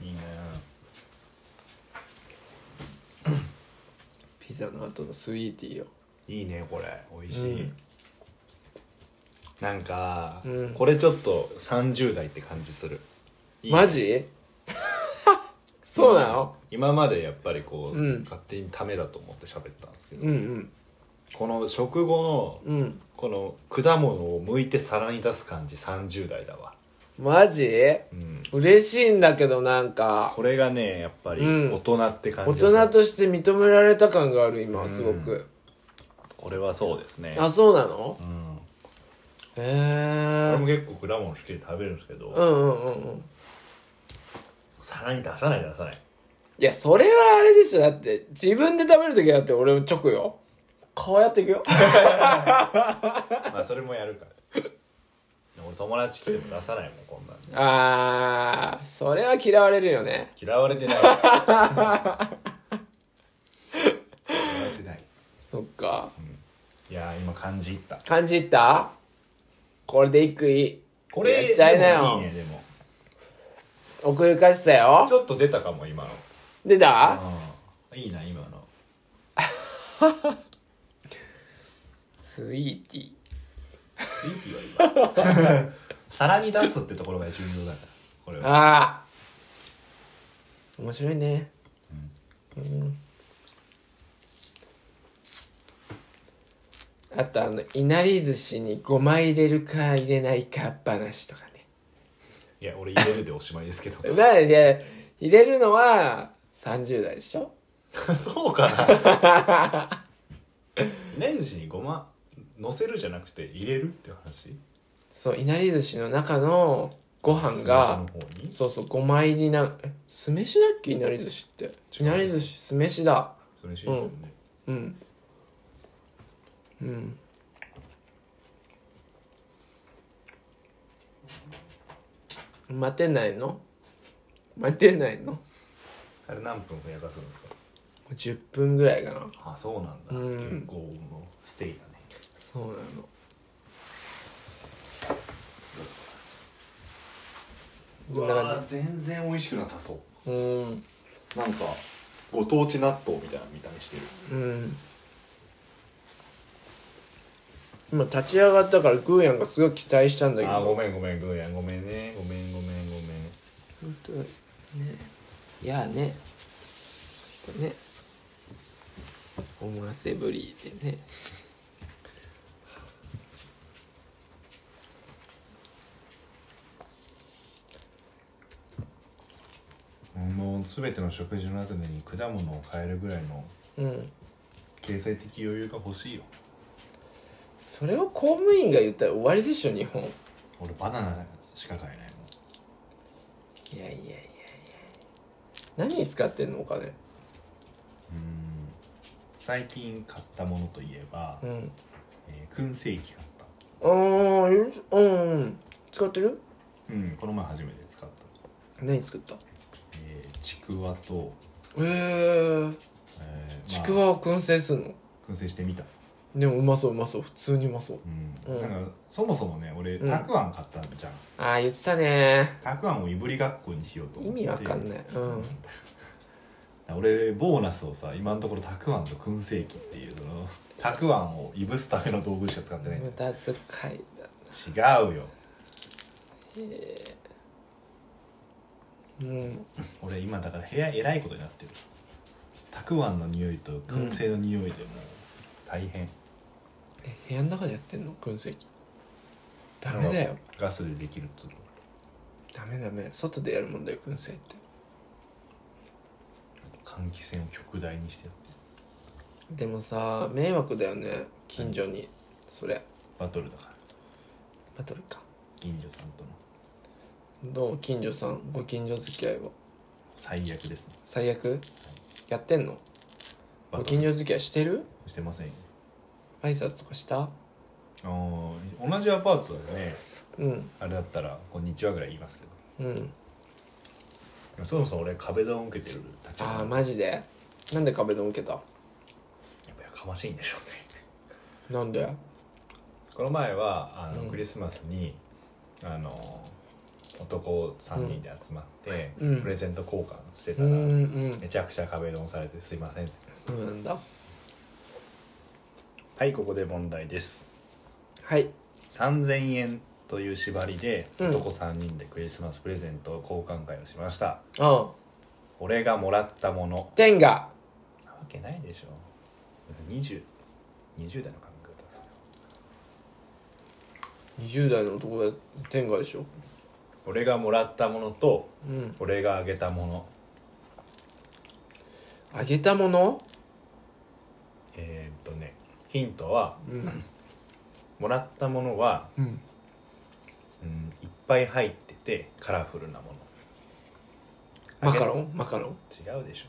いいね
ピザの後のスイーティーよ
いいねこれ美味し
う
い、
ん
なんか、
うん
これちょっと30代って感じするいいね
マ ジそうなの
今までやっぱりこう、
うん
勝手にためだと思って喋ったんですけど、
うん
この食後の
うんうん
この果物を剥いて皿に出す感じ30代だわ
マジ
うん
嬉しいんだけどなんか
これがねやっぱり
うん
大人って感
大
じがする、
人として認められた感がある今
うん
すごく、
これはそうですね
あそうなの
うん
へ
俺
え
も結構果物好きで食べるんですけど、
うんうんうんうん
皿に出さない出さない
いやそれはあれでしょだって自分で食べる時だって俺もチョコよこうやっていくよ
まあそれもやるから俺友達来ても出さないもんこんなん
あーそれは嫌われるよね
嫌われてない嫌われてない
そっか
いやー今感じいった
感じったこれで一句いい
こ
やっちゃいなよ
でもいいねでも
奥ゆかしさ
ち
よ
ょっと出たかも今の
出た
うんいいな今の
スイーティー
雰囲気は今皿に出すってところが重要だからこれは
ああ面白いねうん、あとあのいなり寿司にごま入れるか入れないか話とかね
いや俺入れるでおしまいですけ ど
なんで入れるのは30代でしょ
そうかな年始にごま乗せるじゃなくて入れるって話
そういなり寿司の中のご飯
酢
が
飯の方に
そうそうごま入りなえ酢飯だっけいなり寿司っていなり寿司酢飯だ
それしいですよね、
うんうん待てないの待てないのも
あれ何分ふやかすんですか
う10分ぐらいかな
あそうなんだ、
うん
結構もうステイだね
そうなのこんな感
全然美味しくなさそ
じうん
うなんかご当地納豆みたいな見た目してる
うん今立ち上がったからグーヤンがすごい期待したんだけど
あーごめんごめんグーヤンごめんねごめんごめんごめん
本当ねいやあねちょっとね思わせぶりでね
もう全ての食事の後に果物を変えるぐらいの
うん
経済的余裕が欲しいよ
それを公務員が言ったら終わりでしょ日本い
俺バナナしか買えないもん
やいやいやいや何に使ってんのお金
うん最近買ったものといえば、
うん
えー燻製機買った
ああうんうん使ってる
うんこの前初めて使った、
何作った
えーちくわと、
えー、
えー
ちくわを燻製すんの
まあ、燻製してみた、
でもうまそううまそう普通にうまそう
うん
うん
なんかそもそもね俺
うん
たくあん買ったじゃん、
ああ言ってたね
たくあんをいぶりがっこにしようと思
意
って
味わかん
い
ないうん
俺ボーナスをさ今のところたくあんと燻製機っていうそのたくあんをいぶすための道具しか使ってない
無駄遣いだ
違うよ
うん
俺今だから部屋えらいことになってるたくあんの匂いと燻製の匂いでもう大変、
え部屋の中でやってんの燻製機ダメだよ
ガスでできると
ダメダメ外でやるもんだよ燻製って
換気扇を極大にしてやって
でもさ迷惑だよね近所にそれ
バトルだから
バトルか
近所さんとの
どう近所さんご近所付き合いは
最悪ですね
最悪やってんの
バト
ご近所付き合いしてる
ルしてませんよ
挨拶とかした
あー同じアパートだよね
うん
あれだったらこんにちはぐらい言いますけ
うん
どそもそも俺壁ドン受けてる立場
あ
や
あ
っ
マジでなんで壁ドン受けた
ぱやかましいんでしょうね
なんで
この前はあの、
うん
クリスマスにあの男3人で集まって、
うん
プレゼント交換してた
う
ら、
んうん
めちゃくちゃ壁ドンされてすいませんって
そうなんだ
はいここで問題です
はい
3000円という縛りで
うん
男3人でクリスマスプレゼント交換会をしました、
うん
俺がもらったもの
天が
なわけないでしょ2020代の感覚だぞ
20代の男で天がでしょ
俺がもらったものと
うん
俺があげたもの、
あげたもの
えー、っとねヒントは
うん
もらったものは、
うん
うん、いっぱい入っててカラフルなもの
マカロ
ン
ンマカロン
違うでしょ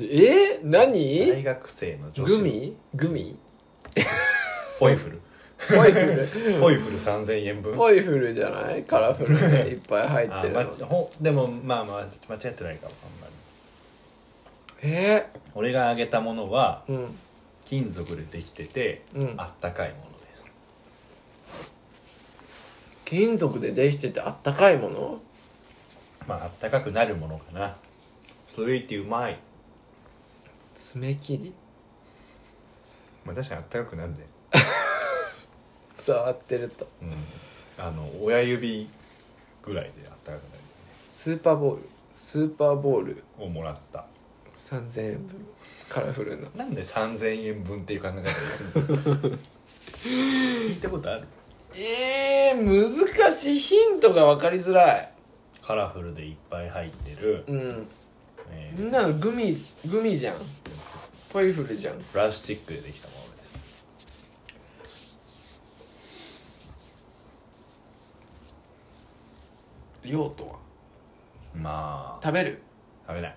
えー、
大
何
学生の女子
グミグミ
ポイフル
ポイフル
ポイフル3000円分
ポイフルじゃないカラフルでいっぱい入ってる
あま
の
ほでもまあまあ間違ってないかもあんまり
え
俺があげたものは
ー、うん
金属でできてて、
うん
あったかいものです
金属でできててあったかいもの
まああったかくなるものかなスイーティうまい、
爪切り
まあ確かにあったかくなるね
触ってると
うん、
あの親指ぐらいであったかくなるよね
スーパーボールスーパーボール
をもらった
3000円分カラフルな
なんで3000円分っていう考え方でするの
聞いたことある
えー、難しいヒントが分かりづらい
カラフルでいっぱい入ってる、
うん
え
み
ー
んなのグミグミじゃんポイフルじゃん
プラスチックでできたものです
用途は
まあ
食べる
食べない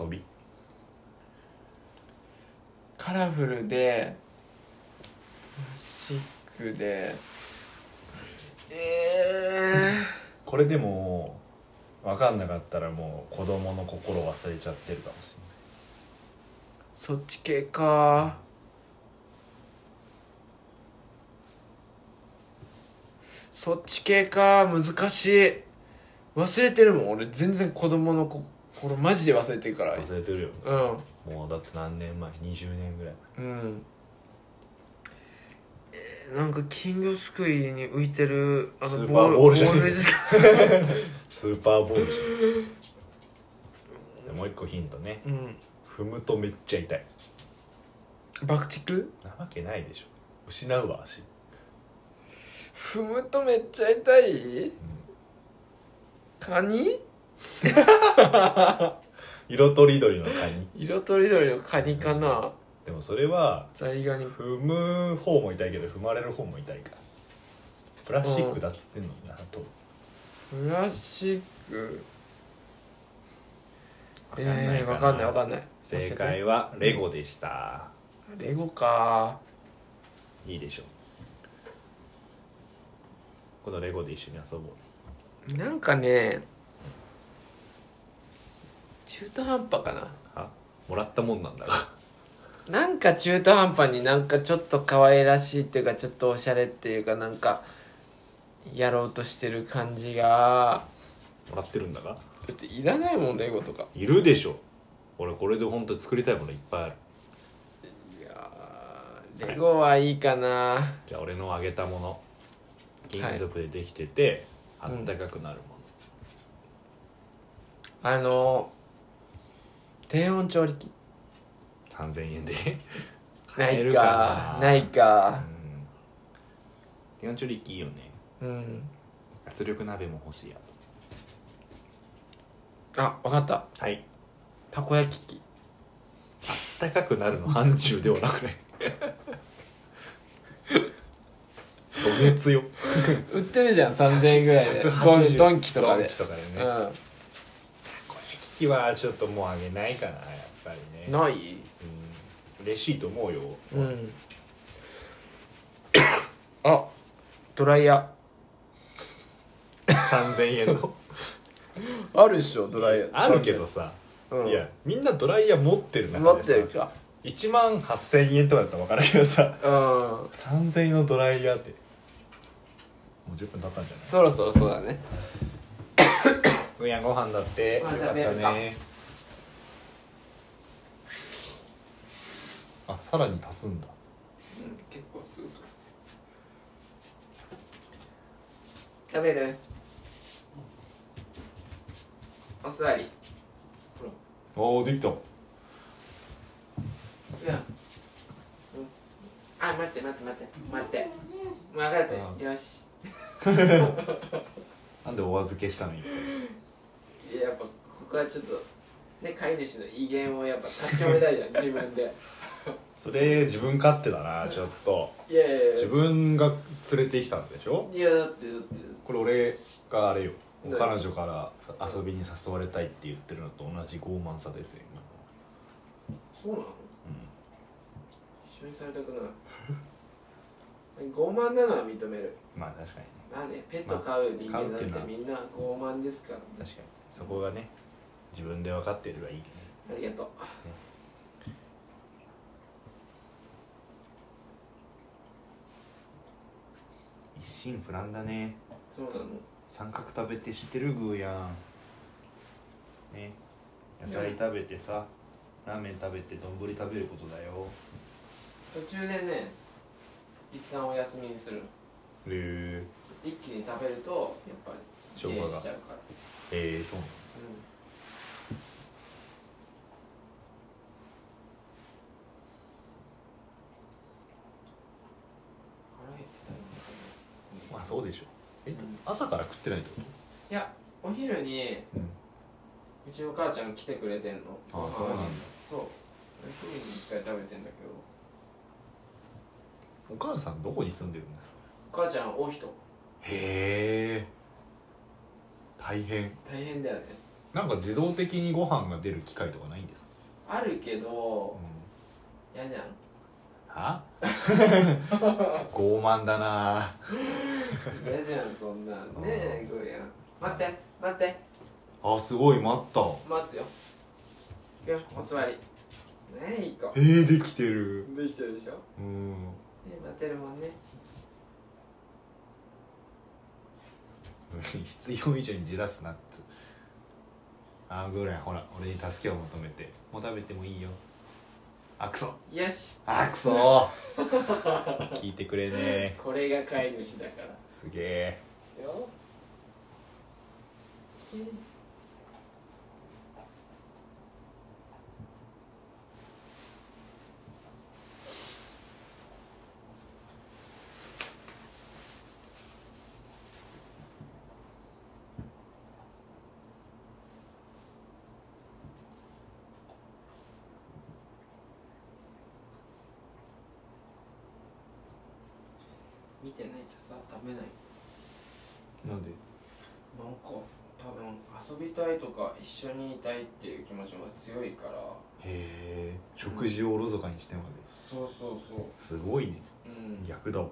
遊び
カラフルでシックでえ
これでも分かんなかったらもう子供の心忘れちゃってるかもし
ー、そっち系かそっち系か難しい忘れてるもん俺全然子供のこ心マジで忘れてるから
れない忘れてるよ
うん
もうだって何年前20年ぐらい
うん、えーなんか金魚すくいに浮いてるあ
ス
の
ーパーボールじゃねえ
しか
スーパーボールじゃんもう一個ヒントね
うん
踏むとめっちゃ痛い
爆竹
なわけないでしょ失うわ足、
踏むとめっちゃ痛いカニ
色とりどりのカニ
色とりどりのカニかな
でもそれは
ザリガニ
踏む方も痛いけど踏まれる方も痛いからプラスチックだっつってんのになと
プラスチック
分
えー、わかんないわか
い
んない
正解はレゴでした
教えてレゴか
いいでしょうこのレゴで一緒に遊ぼう
なんかね中途半端かな
あもらったもんなんだが
なんか中途半端になんかちょっと可愛らしいっていうかちょっとおしゃれっていうかなんかやろうとしてる感じが
もらってるんだが
だっていらないもんレゴとか
いるでしょ俺これで本当に作りたいものいっぱいある
いやーレゴはいいかな
じゃあ俺のあげたもの金属でできてて、
はい
あったかくなるも
あの低温調理器
の、3000円で
な
買え
い
る
か
かな
ないか
うん低温調理器いいよね
うん
圧力鍋も欲しいや
あわかった
とはい
たこ焼き器
あったかくなるの範疇ではなく ね土熱よ
売ってるじゃん3000円ぐらいでドンドンキとか
ドン
で
キとかでね、
うん
たこ焼き識はちょっともうあげないかなやっぱりね
ない
うん嬉しいと思うよ
うん。あ、ドライヤ
3000円の
ー。あるでしょ、 ドライヤー。
あるけどさ、
うん。
いやみんなドライヤー持ってる
持
中で
って
さ
るか。
1万8000円とかだったら分からんけどさ
うん。
3000円のドライヤーってもう10分経ったんじゃない
そろそろそうだね。
うんやご飯だってよ
ま
か
あ
った
食べ
ねあさらに足すんだ
結構すぐ食べるお座り
おおできた
うんあ待って待って待って待って分かっ
うん
てよし
なんでお預けしたのに
いややっぱここはちょっとね飼い主の威厳をやっぱ確かめたいじゃん自分で
それ自分勝手だなちょっと
いやいやいや
自分が連れてきたんでしょ
いやだってだって
これ俺があれよ
ね
彼女から遊びに誘われたいって言ってるのと同じ傲慢さですよ今の
そう
うん
なの一緒にされたくない 傲慢なのは認める
まあ確かにね
まあねペット飼う人間なんて
まあ飼うって
みんな傲慢ですから
確かにそこがね自分で分かってればいいね
ありがとう。
一心不乱だね
そうなの。
三角食べて知ってるグーやんね野菜食べてさラーメン食べて丼食べることだよ
途中でね、一旦お休みにする。
へえ
一気に食べるとやっぱり
消化
冷
が
えしちゃうから。
ええそうなの
うん。腹減ってたのか
ま
な
あそうでしょえ、
うん
朝から食ってないってこ
いや、お昼に
と、うん、
うちの母ちゃん来てくれてんの。
ああそうなんだ
そう。お昼に一回食べてんだけど、
お母さんどこに住んでるんですか
お母ちゃんお人
へえ大変
大変だよね。
なんか自動的にご飯が出る機械とかないんですか、
あるけ
うん
ど、嫌じゃん。
は 傲慢だな
嫌じゃんそん なんねえゴーヤン待って待って
あすごい待った
待つよいくよお座りねえ一個
えー、できてる
できてるでしょね
うん
え待てるもんね
必要以上にじらすなっつあーぐらいほら俺に助けを求めてもう食べてもいいよあくそ
よし
あく そ聞いてくれねえ
これが飼い主だから
すげえ
でしょね見てないとさ食べない
なんで
なんか多分遊びたいとか一緒にいたいっていう気持ちが強いから
へえ食事をおろそかにしてまで、
そうそうそう
すごいね
うん
逆だわ
う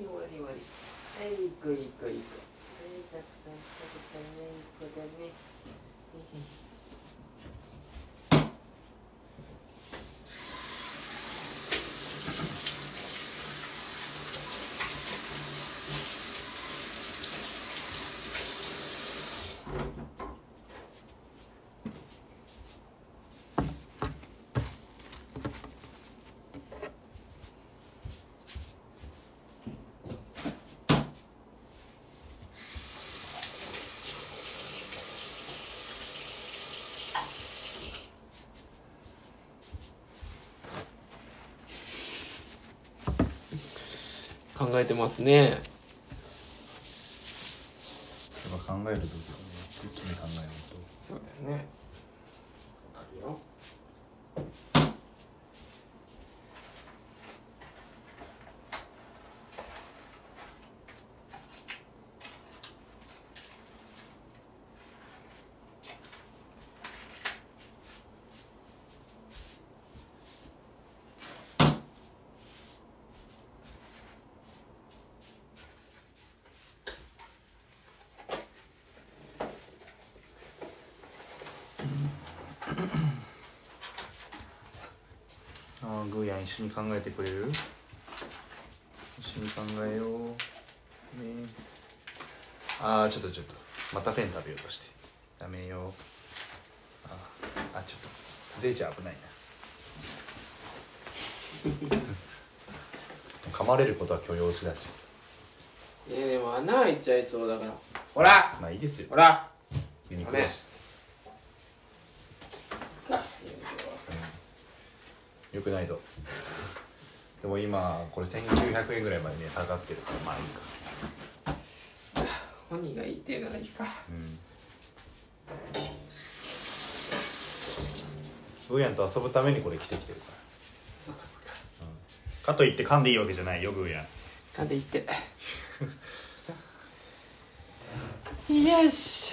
ん終わり終わりはい行く行く行くはいたくさん食べたねいい子だね
あ
考えてますね
やっぱ考えるときはね一気に考えないと
そうだよね
あるよ
ああグーヤン一緒に考えてくれる一緒に考えようねああちょっとちょっとまたペン食べようとしてダメよあーあちょっと素手じゃ危ないな 噛まれることは許容しだし
いやでも穴開いちゃいそうだからほら
まあいいですよ
ほら
ユニクロだしよくないぞでも今これ1900円ぐらいまでね下がってるからまあいいか
本人が言いてえならいいか
うんブーヤンと遊ぶためにこれ着てきてるか
そっかそっから
かといって噛んでいいわけじゃないよブーヤン
かんで言ってよし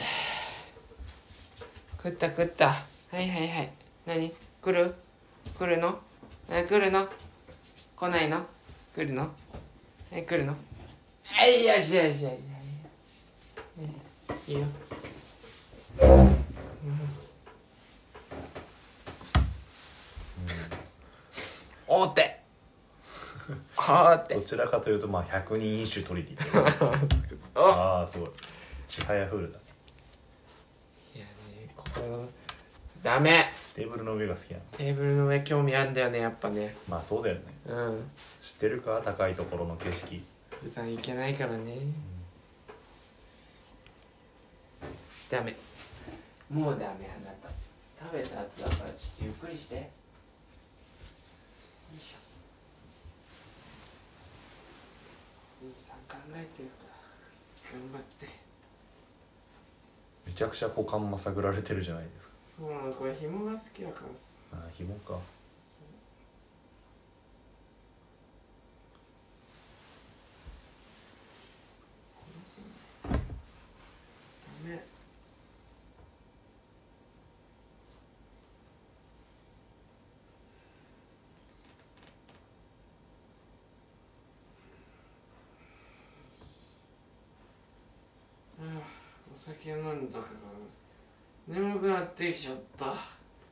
食った食ったはいはいはい何来る来るのえ来るの来ないの来るのえ来るのはいよしよしよしよしいいよおーっておーって
どちらかというとまあ100人一首取りに行って る
お
ああすごいちはやフールだね
いやねここダメ
テーブルの上が好きなの
テーブルの上興味あんだよねやっぱね
まあそうだよね
うん
知ってるか高いところの景色
普段行けないからねダメもうダメあなた食べた後だからちょっとゆっくりしてよいしょ兄さん考えてるから頑張って
めちゃくちゃ股間まさぐられてるじゃないですか
そうなのこれ紐が好きだからさ
ああ紐か
ダメああお酒飲んだから眠くなってきちゃった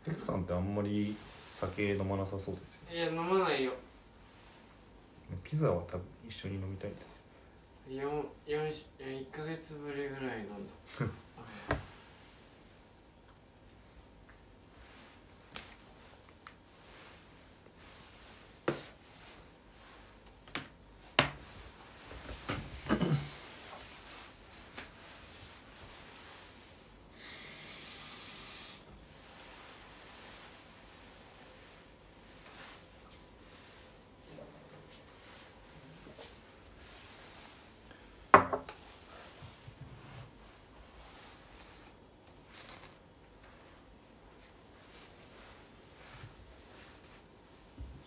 哲さんってあんまり酒飲まなさそうですよ
いや飲まないよ
ピザは多分一緒に飲みたいんですよ
4, 4, 1ヶ月ぶりぐらい飲んだ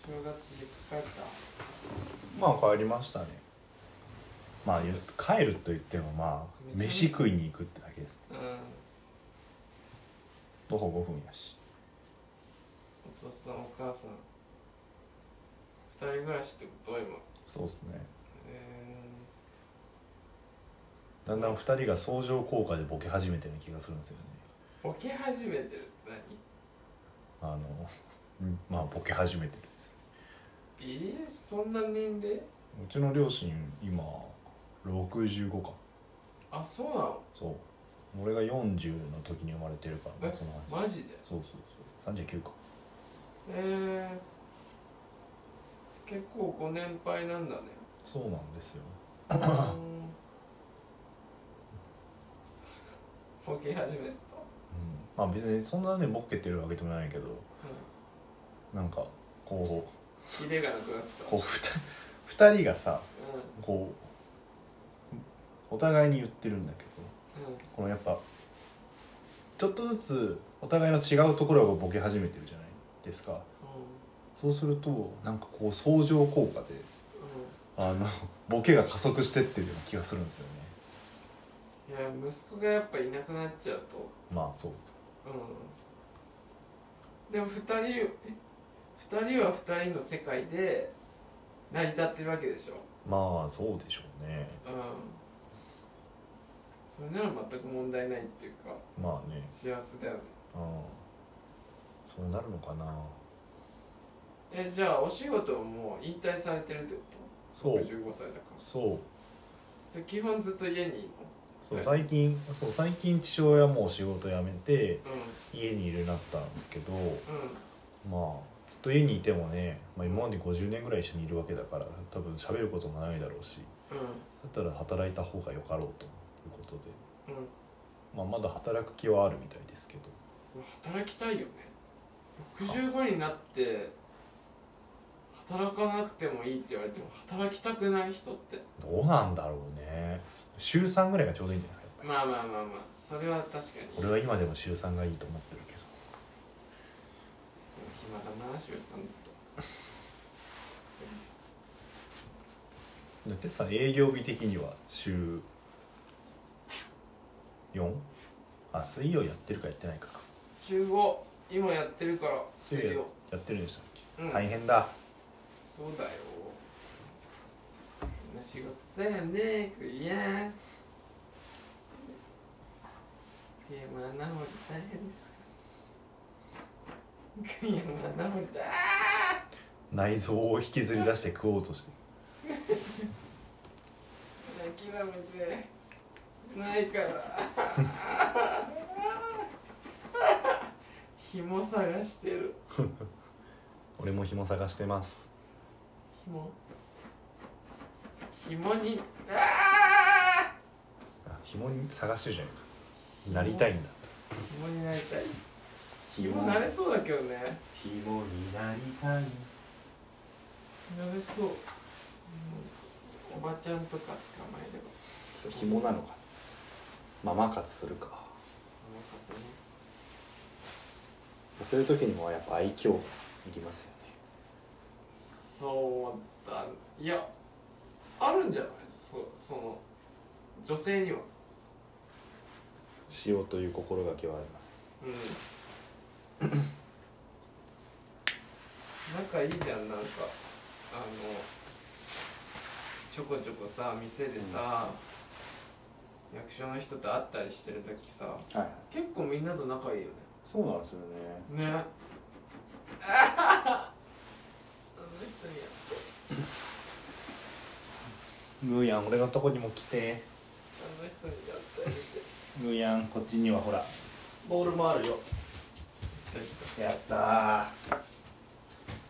正月実家帰った
まあ帰りましたねまあゆ帰ると言ってもまあ
別に
飯食いに行くってだけです
うん、
徒歩5分やし
お父さんお母さん二人暮らしってこと今
そうっすね
え
だんだん2人が相乗効果でボケ始めてる気がするんですよね
ー、ボケ始めてるって何
あのうんまあボケ始めてるんですよ
えー、そんな年齢
うちの両親今65か
あそうなの
そう俺が40の時に生まれてるからね
え
その話
マジで
そうそうそう39か
えー、結構ご年配なん だね
そうなんですよ
うーんボケ始めてた
まあ別にそんなねボケてるわけでもないけど
う
なんかこう
キレがなくなってた
こうふた二人がさ
う
こうお互いに言ってるんだけどこのやっぱちょっとずつお互いの違うところがボケ始めてるじゃないですかそうするとなんかこう相乗効果であのボケが加速してってるような気がするんですよね
いや息子がやっぱいなくなっちゃうと
まあそう
うんでも2人え二人は2人の世界で成り立ってるわけでしょ
まあそうでしょうね
うんそれなら全く問題ないっていうか
まあね
幸せだよね
うんそうなるのかな
えじゃあお仕事はもう引退されてるってこと
そう
65歳だから
そう
じゃあ基本ずっと家にいる
そう
はい
最近そう最近父親もう仕事辞めて
のうん
家にいるようになったんですけど
うん
まあずっと家にいてもね、まあ、今まで50年ぐらい一緒にいるわけだから多分喋ることもないだろうし
う
だったら働いた方がよかろうということで、
んうん
まあ、まだ働く気はあるみたいですけど
働きたいよね65になって働かなくてもいいって言われても働きたくない人って
どうなんだろうね週3ぐらいがちょうどいいんじゃないですかやっぱ
まあまあまあまあそれは確かに
り俺は今でも週3がいいと思ってるけど
暇だな柊さんと
だってさ営業日的には週 4? あ水曜やってるかやってないかか
週5今やってるから
水
水
曜
曜
やってるんでしたっけ、
うん
大変だ
そうだよこんな仕事だよねクリアクリアマナホリ大変ですかクリアマナホリ大
内臓を引きずり出して食おうとして
諦めてないから 紐探してる
俺も紐探してます
紐紐にああ
あ紐に探してるじゃないかなりたいんだ
紐になりたい
紐
紐なれそうだけどね
紐になりた
な
い
れそう、うん、おばちゃんとか捕まえれば
そう紐なのかママ活するか
あの活ね
そういう時にもやっぱ愛嬌いりますよね
そうだいやあるんじゃないそその女性には
しようという心がけはあります
うん仲いいじゃんなんかあのちょこちょこさ店でさ、役所の人と会ったりしてる時さ
はい
結構みんなと仲いいよ
そうなんですよね
ねねああの人にやって
グーヤン俺のとこにも来て
あの人にやって
グーヤンこっちにはほらボールもあるよやったーあ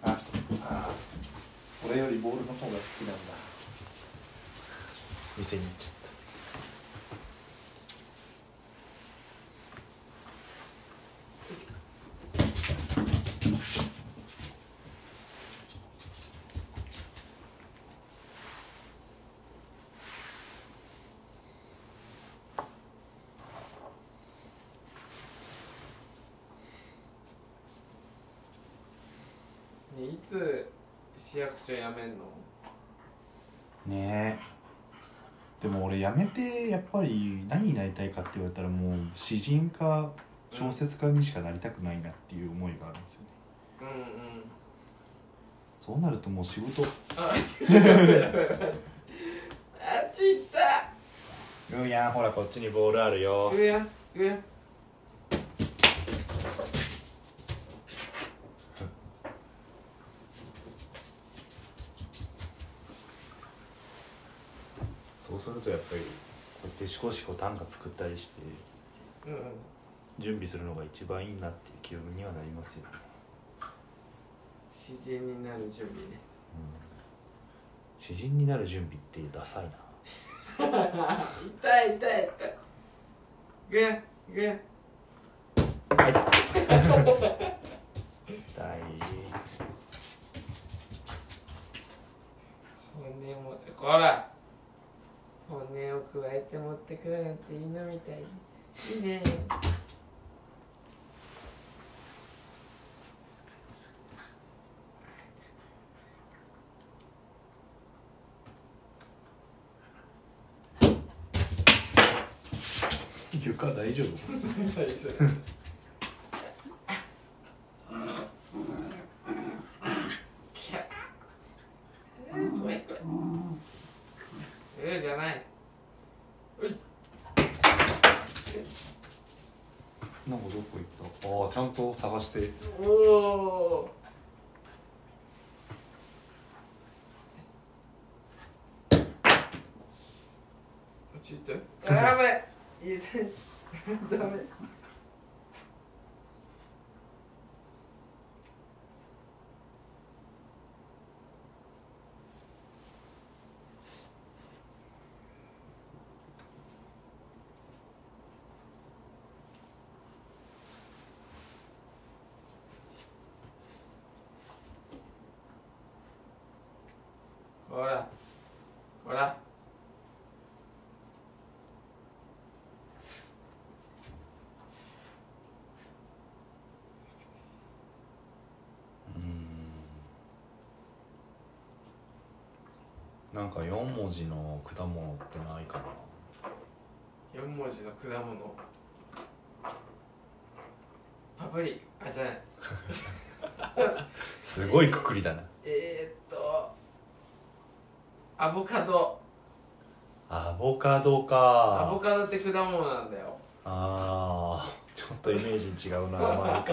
あー俺よりボールの方が好きなんだ
店に行っちゃった
ねいつ市役所辞めんの
ねえでも俺やめてやっぱり何になりたいかって言われたらもう詩人か小説家にしかなりたくないなっていう思いがあるんですよね
うんうん
そうなるともう仕事
ああっち行った
グーヤンほらこっちにボールあるよ
上や上や
そうするとやっぱりこうやってしこしこ短歌作ったりし
う
て
ん
準備するのが一番いいなっていう気分にはなりますよね、
自然になる準備ね
うん、詩人になる準備ってダサいな
痛い痛い痛いぐやぐや
はい痛い
骨もほら本音を加えて持ってくるなんていいのみたいにいいね
床大丈夫
キャうんごめんごめんうんじゃないう
なんかどこ行ったああちゃんと探して
おおちいったやばい言えたダメほらほら
なんか4文字の果物ってないかな
4文字の果物パプリあじゃない
すごいくくりだな
えー、っとアボカド
アボカド
アボ
か
カドって果物なんだよ
ああちょっとイメージ違 うなまあいいか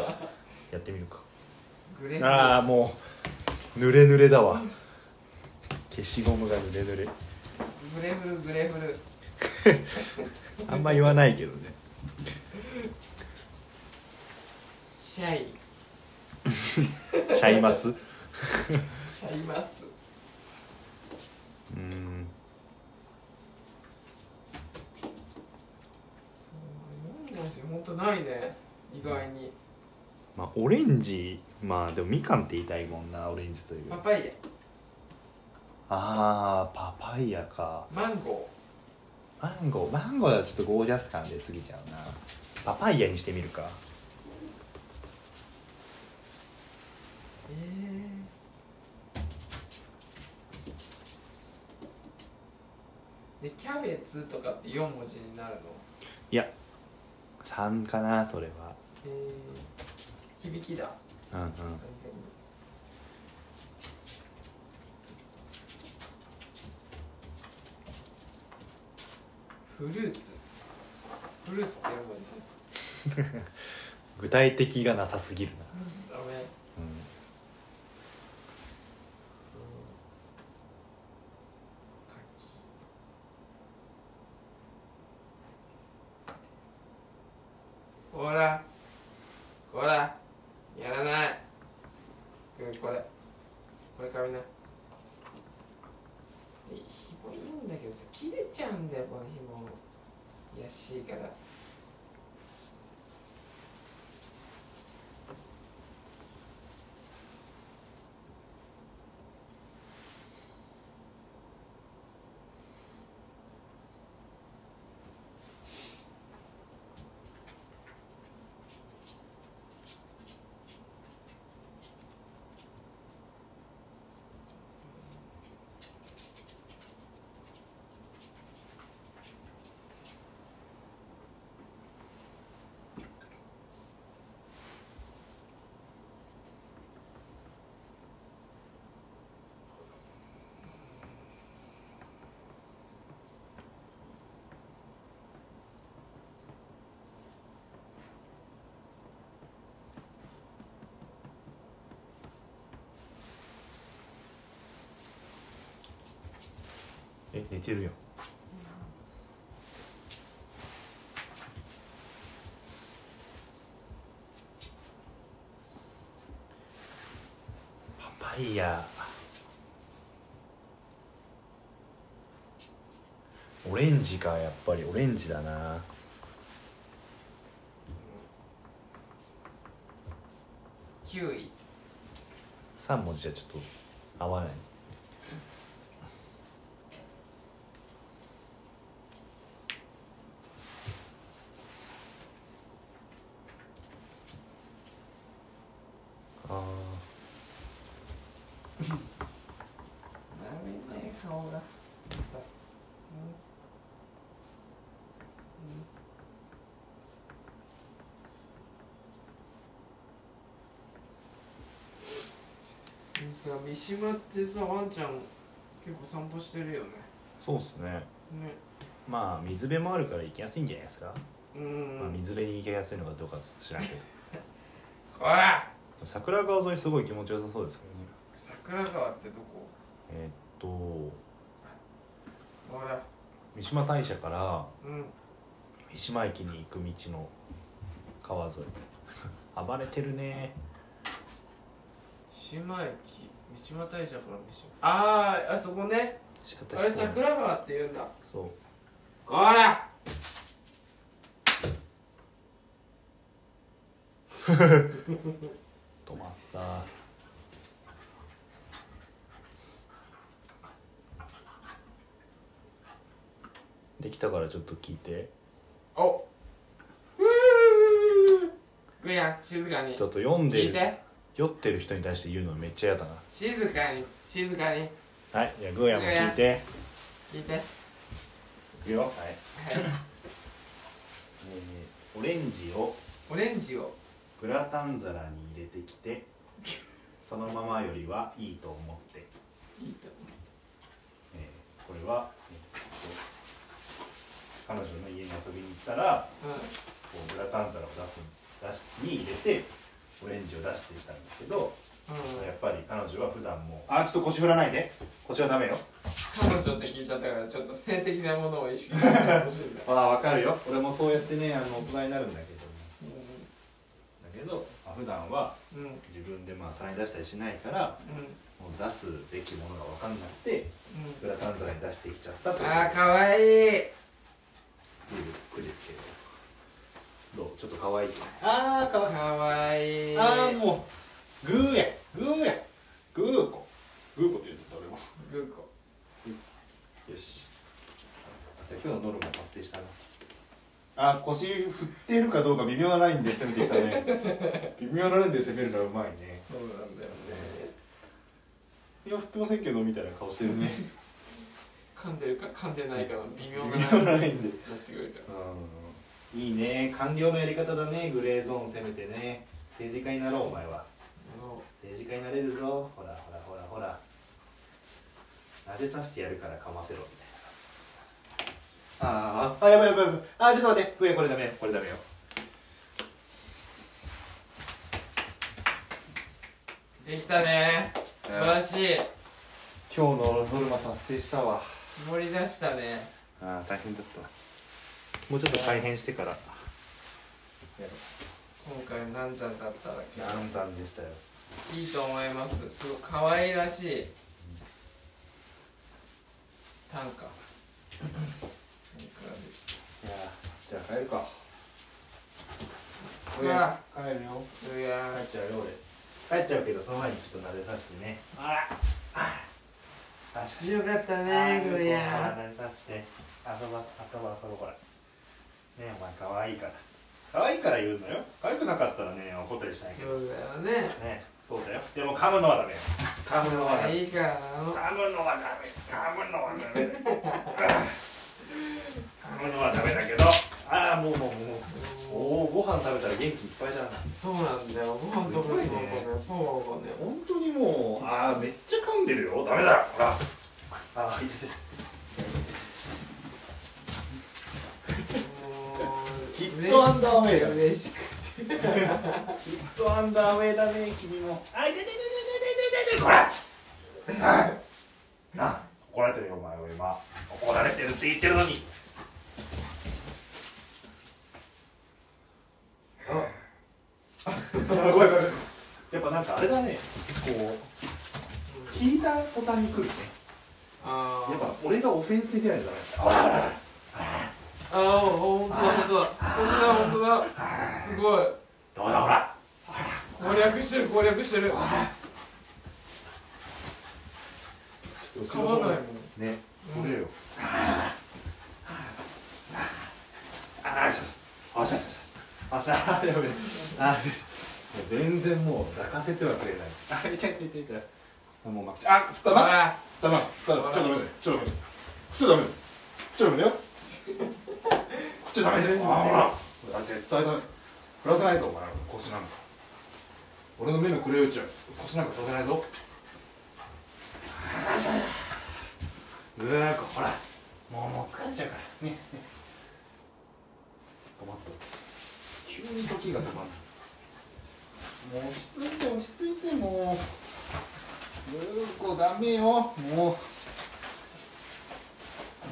やってみるか
グレープ
ああもう濡れ濡れだわ消しゴムが濡れ濡れ
グレフルグレフル
あんま言わないけどね
シャイン
シャイマスう
シャイマス
ーん
4文字ほんとないね意外に
まあオレンジまあでもみかんって言いたいもんなオレンジという
パ
あ
パイヤ
あーパパイヤか
マンゴ
マンゴーマンゴーはちょっとゴージャス感出過ぎちゃうなパパイヤにしてみるか
ーええでキャベツとかって4文字になるの
いや3かなそれは
えー、響きだ
うんうん
完全にフルーツフルーツって4文字
具体的がなさすぎるな、
ダメ
う
ほらほらやらないうんこれこれ髪なで紐いいんだけどさ切れちゃうんだよこの紐いやしいから
んえ寝てるよパパイヤオレンジかやっぱりオレンジだな
9位
3文字じゃちょっと合わない
さ三島ってさワンちゃん結構散歩してるよね
そうですね
ね
まあ水辺もあるから行きやすいんじゃないですか、
う
まあ、
ん、
水辺に行きやすいのかどうか知らんけど
ほら
桜川沿いすごい気持ちよさそうですけ
桜川ってどこ
どねえーっと
ほら
三島大社から
うん
三島駅に行く道の川沿い 暴れてるね
島駅三島大社から三島あーあそこねあれ桜川って言うんだ
そう
ほら
止まったできたからちょっと聞いて
おふうぐやん静かに
ちょっと読んで
聞い
る
て
酔ってる人に対して言うのめっちゃ嫌だな
静かに静かに
はいじゃあグーヤも聞いて
聞いてはい
いくよはい、えーオレンジを
オレンジを
グラタン皿に入れてき てそのままよりはいいと思って、
いいと
えーこれは、えーっと彼女の家に遊びに行ったら
思う
こうグラタン皿を出す出しに入れてオレンジを出していたんですけど
うん、うん
やっぱり彼女は普段もあーちょっと腰振らないで腰はダメよ
彼女って聞いちゃったからちょっと性的なものを意識してほしいんだ
ああわかるよ俺もそうやってねあの大人になるんだけどだけど、まあ、普段は
うんうん
自分でまあ皿に出したりしないからもう出すべきものが分かんなくてグラタン皿に出してきちゃった
う
と
ん
いう
あーかわいい
句ですけどどうちょっと可愛いああか
か
わいい
わいい
ああもうグーやグーやグーコグーコって言ってた俺も
グーコ
よしじゃあ今日のノルマ達成したなあ腰振ってるかどうか微妙なラインで攻めてきたね 微妙なラインで攻めるのはうまいね
そうなんだよね
いや振ってませんけどみたいな顔してるね
噛んでるか噛んでないかの微
微
妙な
妙な
なっ
ラインで
てくるか
うんいいね官僚のやり方だねグレーゾーン攻めてね政治家になろうお前は
らも
政治家になれるぞほらほらほらほら撫でさしてやるからかませろみたいなあーあやばいやばいやばいあーちょっと待ってふやこれダメよこれダメよ
うできたね素晴らしい
今日のノルマ達成したわ
絞り出したね
あー大変だったもうちょっと改変してから
今回難産だっただ
難産でしたよ
けいいと思いますすごい可愛らしい短歌いくら
い
で
やーじゃあ帰るか
うわ
帰るよ
うや
帰っちゃうよ俺帰っちゃうけどその前にちょっと撫でさしてねあらあ確かに
よかった
ね
ね
え
グ
グ
リ
リ
ア
ンさして遊ぼう遊ぼう遊ぼうほらねえお前可愛いから可愛いから言うのよ可愛くなかったらね怒ったりしないけ
そ
ど
うだよね
ねそうだよでも噛むのはダメよ噛むのはダメ
いいからあの
噛むのはダメ噛むのはダメ噛むのはダメだけどああもうもうもうおおご飯食べたら元気いっぱいだな
そうなんだよご飯とかにもこのポーがね
本当にもうああめっちゃ噛んでるよダメだほらああいててきっとアンダーウェイだ
嬉しく
きっとアンダーウェイだね君もあいててててててててこれな怒られてるよお前は今怒られてるって言ってるのにあごめんごめんやっぱなんかあれだねこう引いた途端に来るね
あ
やっ
ー
ぱ俺がオフェンスに出ないとダメだ
あーほんとだほんとだほんとだほんとだすごい
どうだほら
攻略してる攻略してる噛まないもん
ね
うん
これよああちょっとあしゃしゃしゃあしゃあやべえあべえもう全然もう抱かせてはくれないあ痛い痛い痛い痛いあもうまくちゃあふた
ほ
ま
ら
ふたまふたまちょっとダメだよちょっとダメだよちょっとダメだよちょっとダメだよこっちダメだよあほらこれあ絶対ダメ振らせないぞお前腰なんか俺の目のくれ打ちは腰なんか振らせないぞうーこほらもうもう疲れちゃうからねね止まって急に時が止まるもう落ち着いて落ち着いてもううーこダメよもうお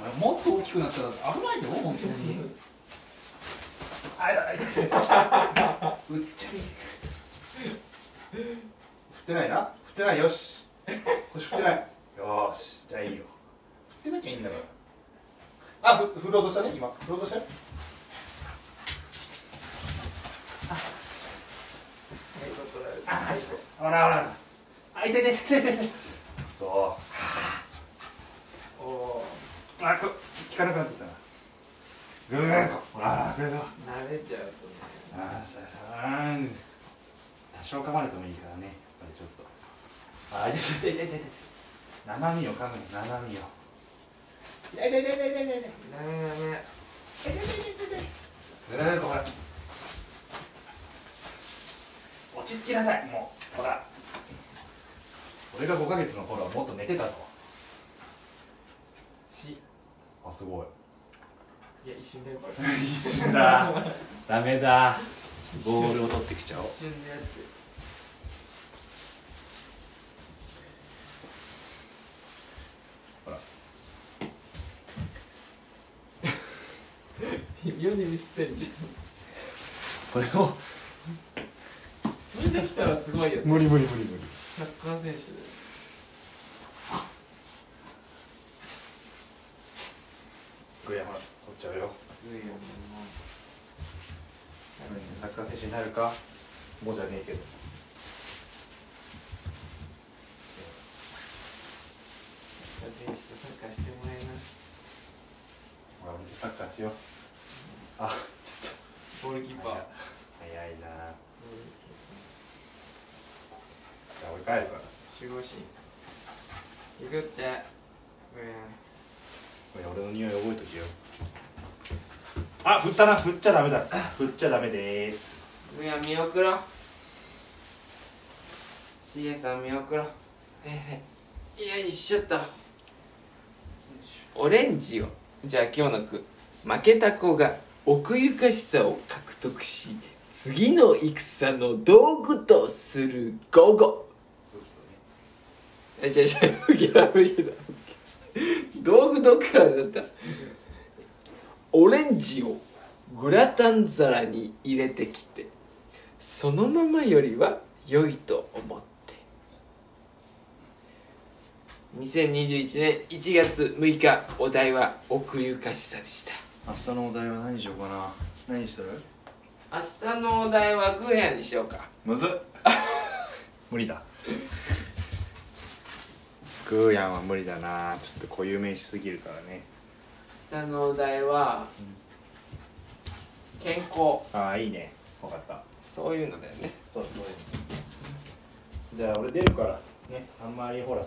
前もっと大きくなったら危ないよ本当にあいだいだう っちゃり振ってないな振ってないよし腰振ってないよーしじゃあいいよ振ってなきゃいいんだからあふ振ろうとしたね今振ろうとしたねああほらほらあ痛い痛い痛い痛い痛いそうおおーあこ効かなくなってきたなぐーんこほらぐーんこ
慣れちゃう
あーさあうん多少噛まれてもいいからねやっぱりちょっとあー痛い痛い痛い痛い痛い斜めよ噛むよ斜めよ痛い痛い痛い痛い痛い痛い
とねダ
痛
メ
い痛い痛い痛いうんほら落ち着きなさいもうほら俺が5ヶ月の頃はもっと寝てたぞ
し
あすごい
いや一瞬だよこれ
一瞬だダメだボールを取ってきちゃおう
一瞬のやつ
ほら
微妙にミスってんじ
これを
ゃんそれできたらすごいよ
無理無理無理無理
サッカー選手で
グヤほら取っちゃうよ
グイやも
サッカー選手になるかもうじゃねえけど
サッカー選手とサッカーしてもらいます
ほらサッカーしようあ
ボールキーパー
早い早いなじゃあ俺帰るから
守護神行くってグイ
これ俺の匂い覚えときよあ振ったな振っちゃダメだ振っちゃダメでーす
グヤ見送ろうシゲさん見送ろうええよいしょっとオレンジをじゃあ今日の句負けた子が奥ゆかしさを獲得し次の戦の道具とする午後えじゃあじゃあ受けだ受けだ道具どっからだったオレンジをグラタン皿に入れてきてそのままよりは良いと思って2021年1月6日お題は奥ゆかしさでした
明日のお題は何にしようかな何にする
明日のお題はグーヤにしようか
むずっ無理だグーヤンは無理だなちょっと固有名詞すぎるからね
明日のお題は健康
ああいいね分かった
そういうのだよね
そうそうじゃあ俺出るからねあんまりほら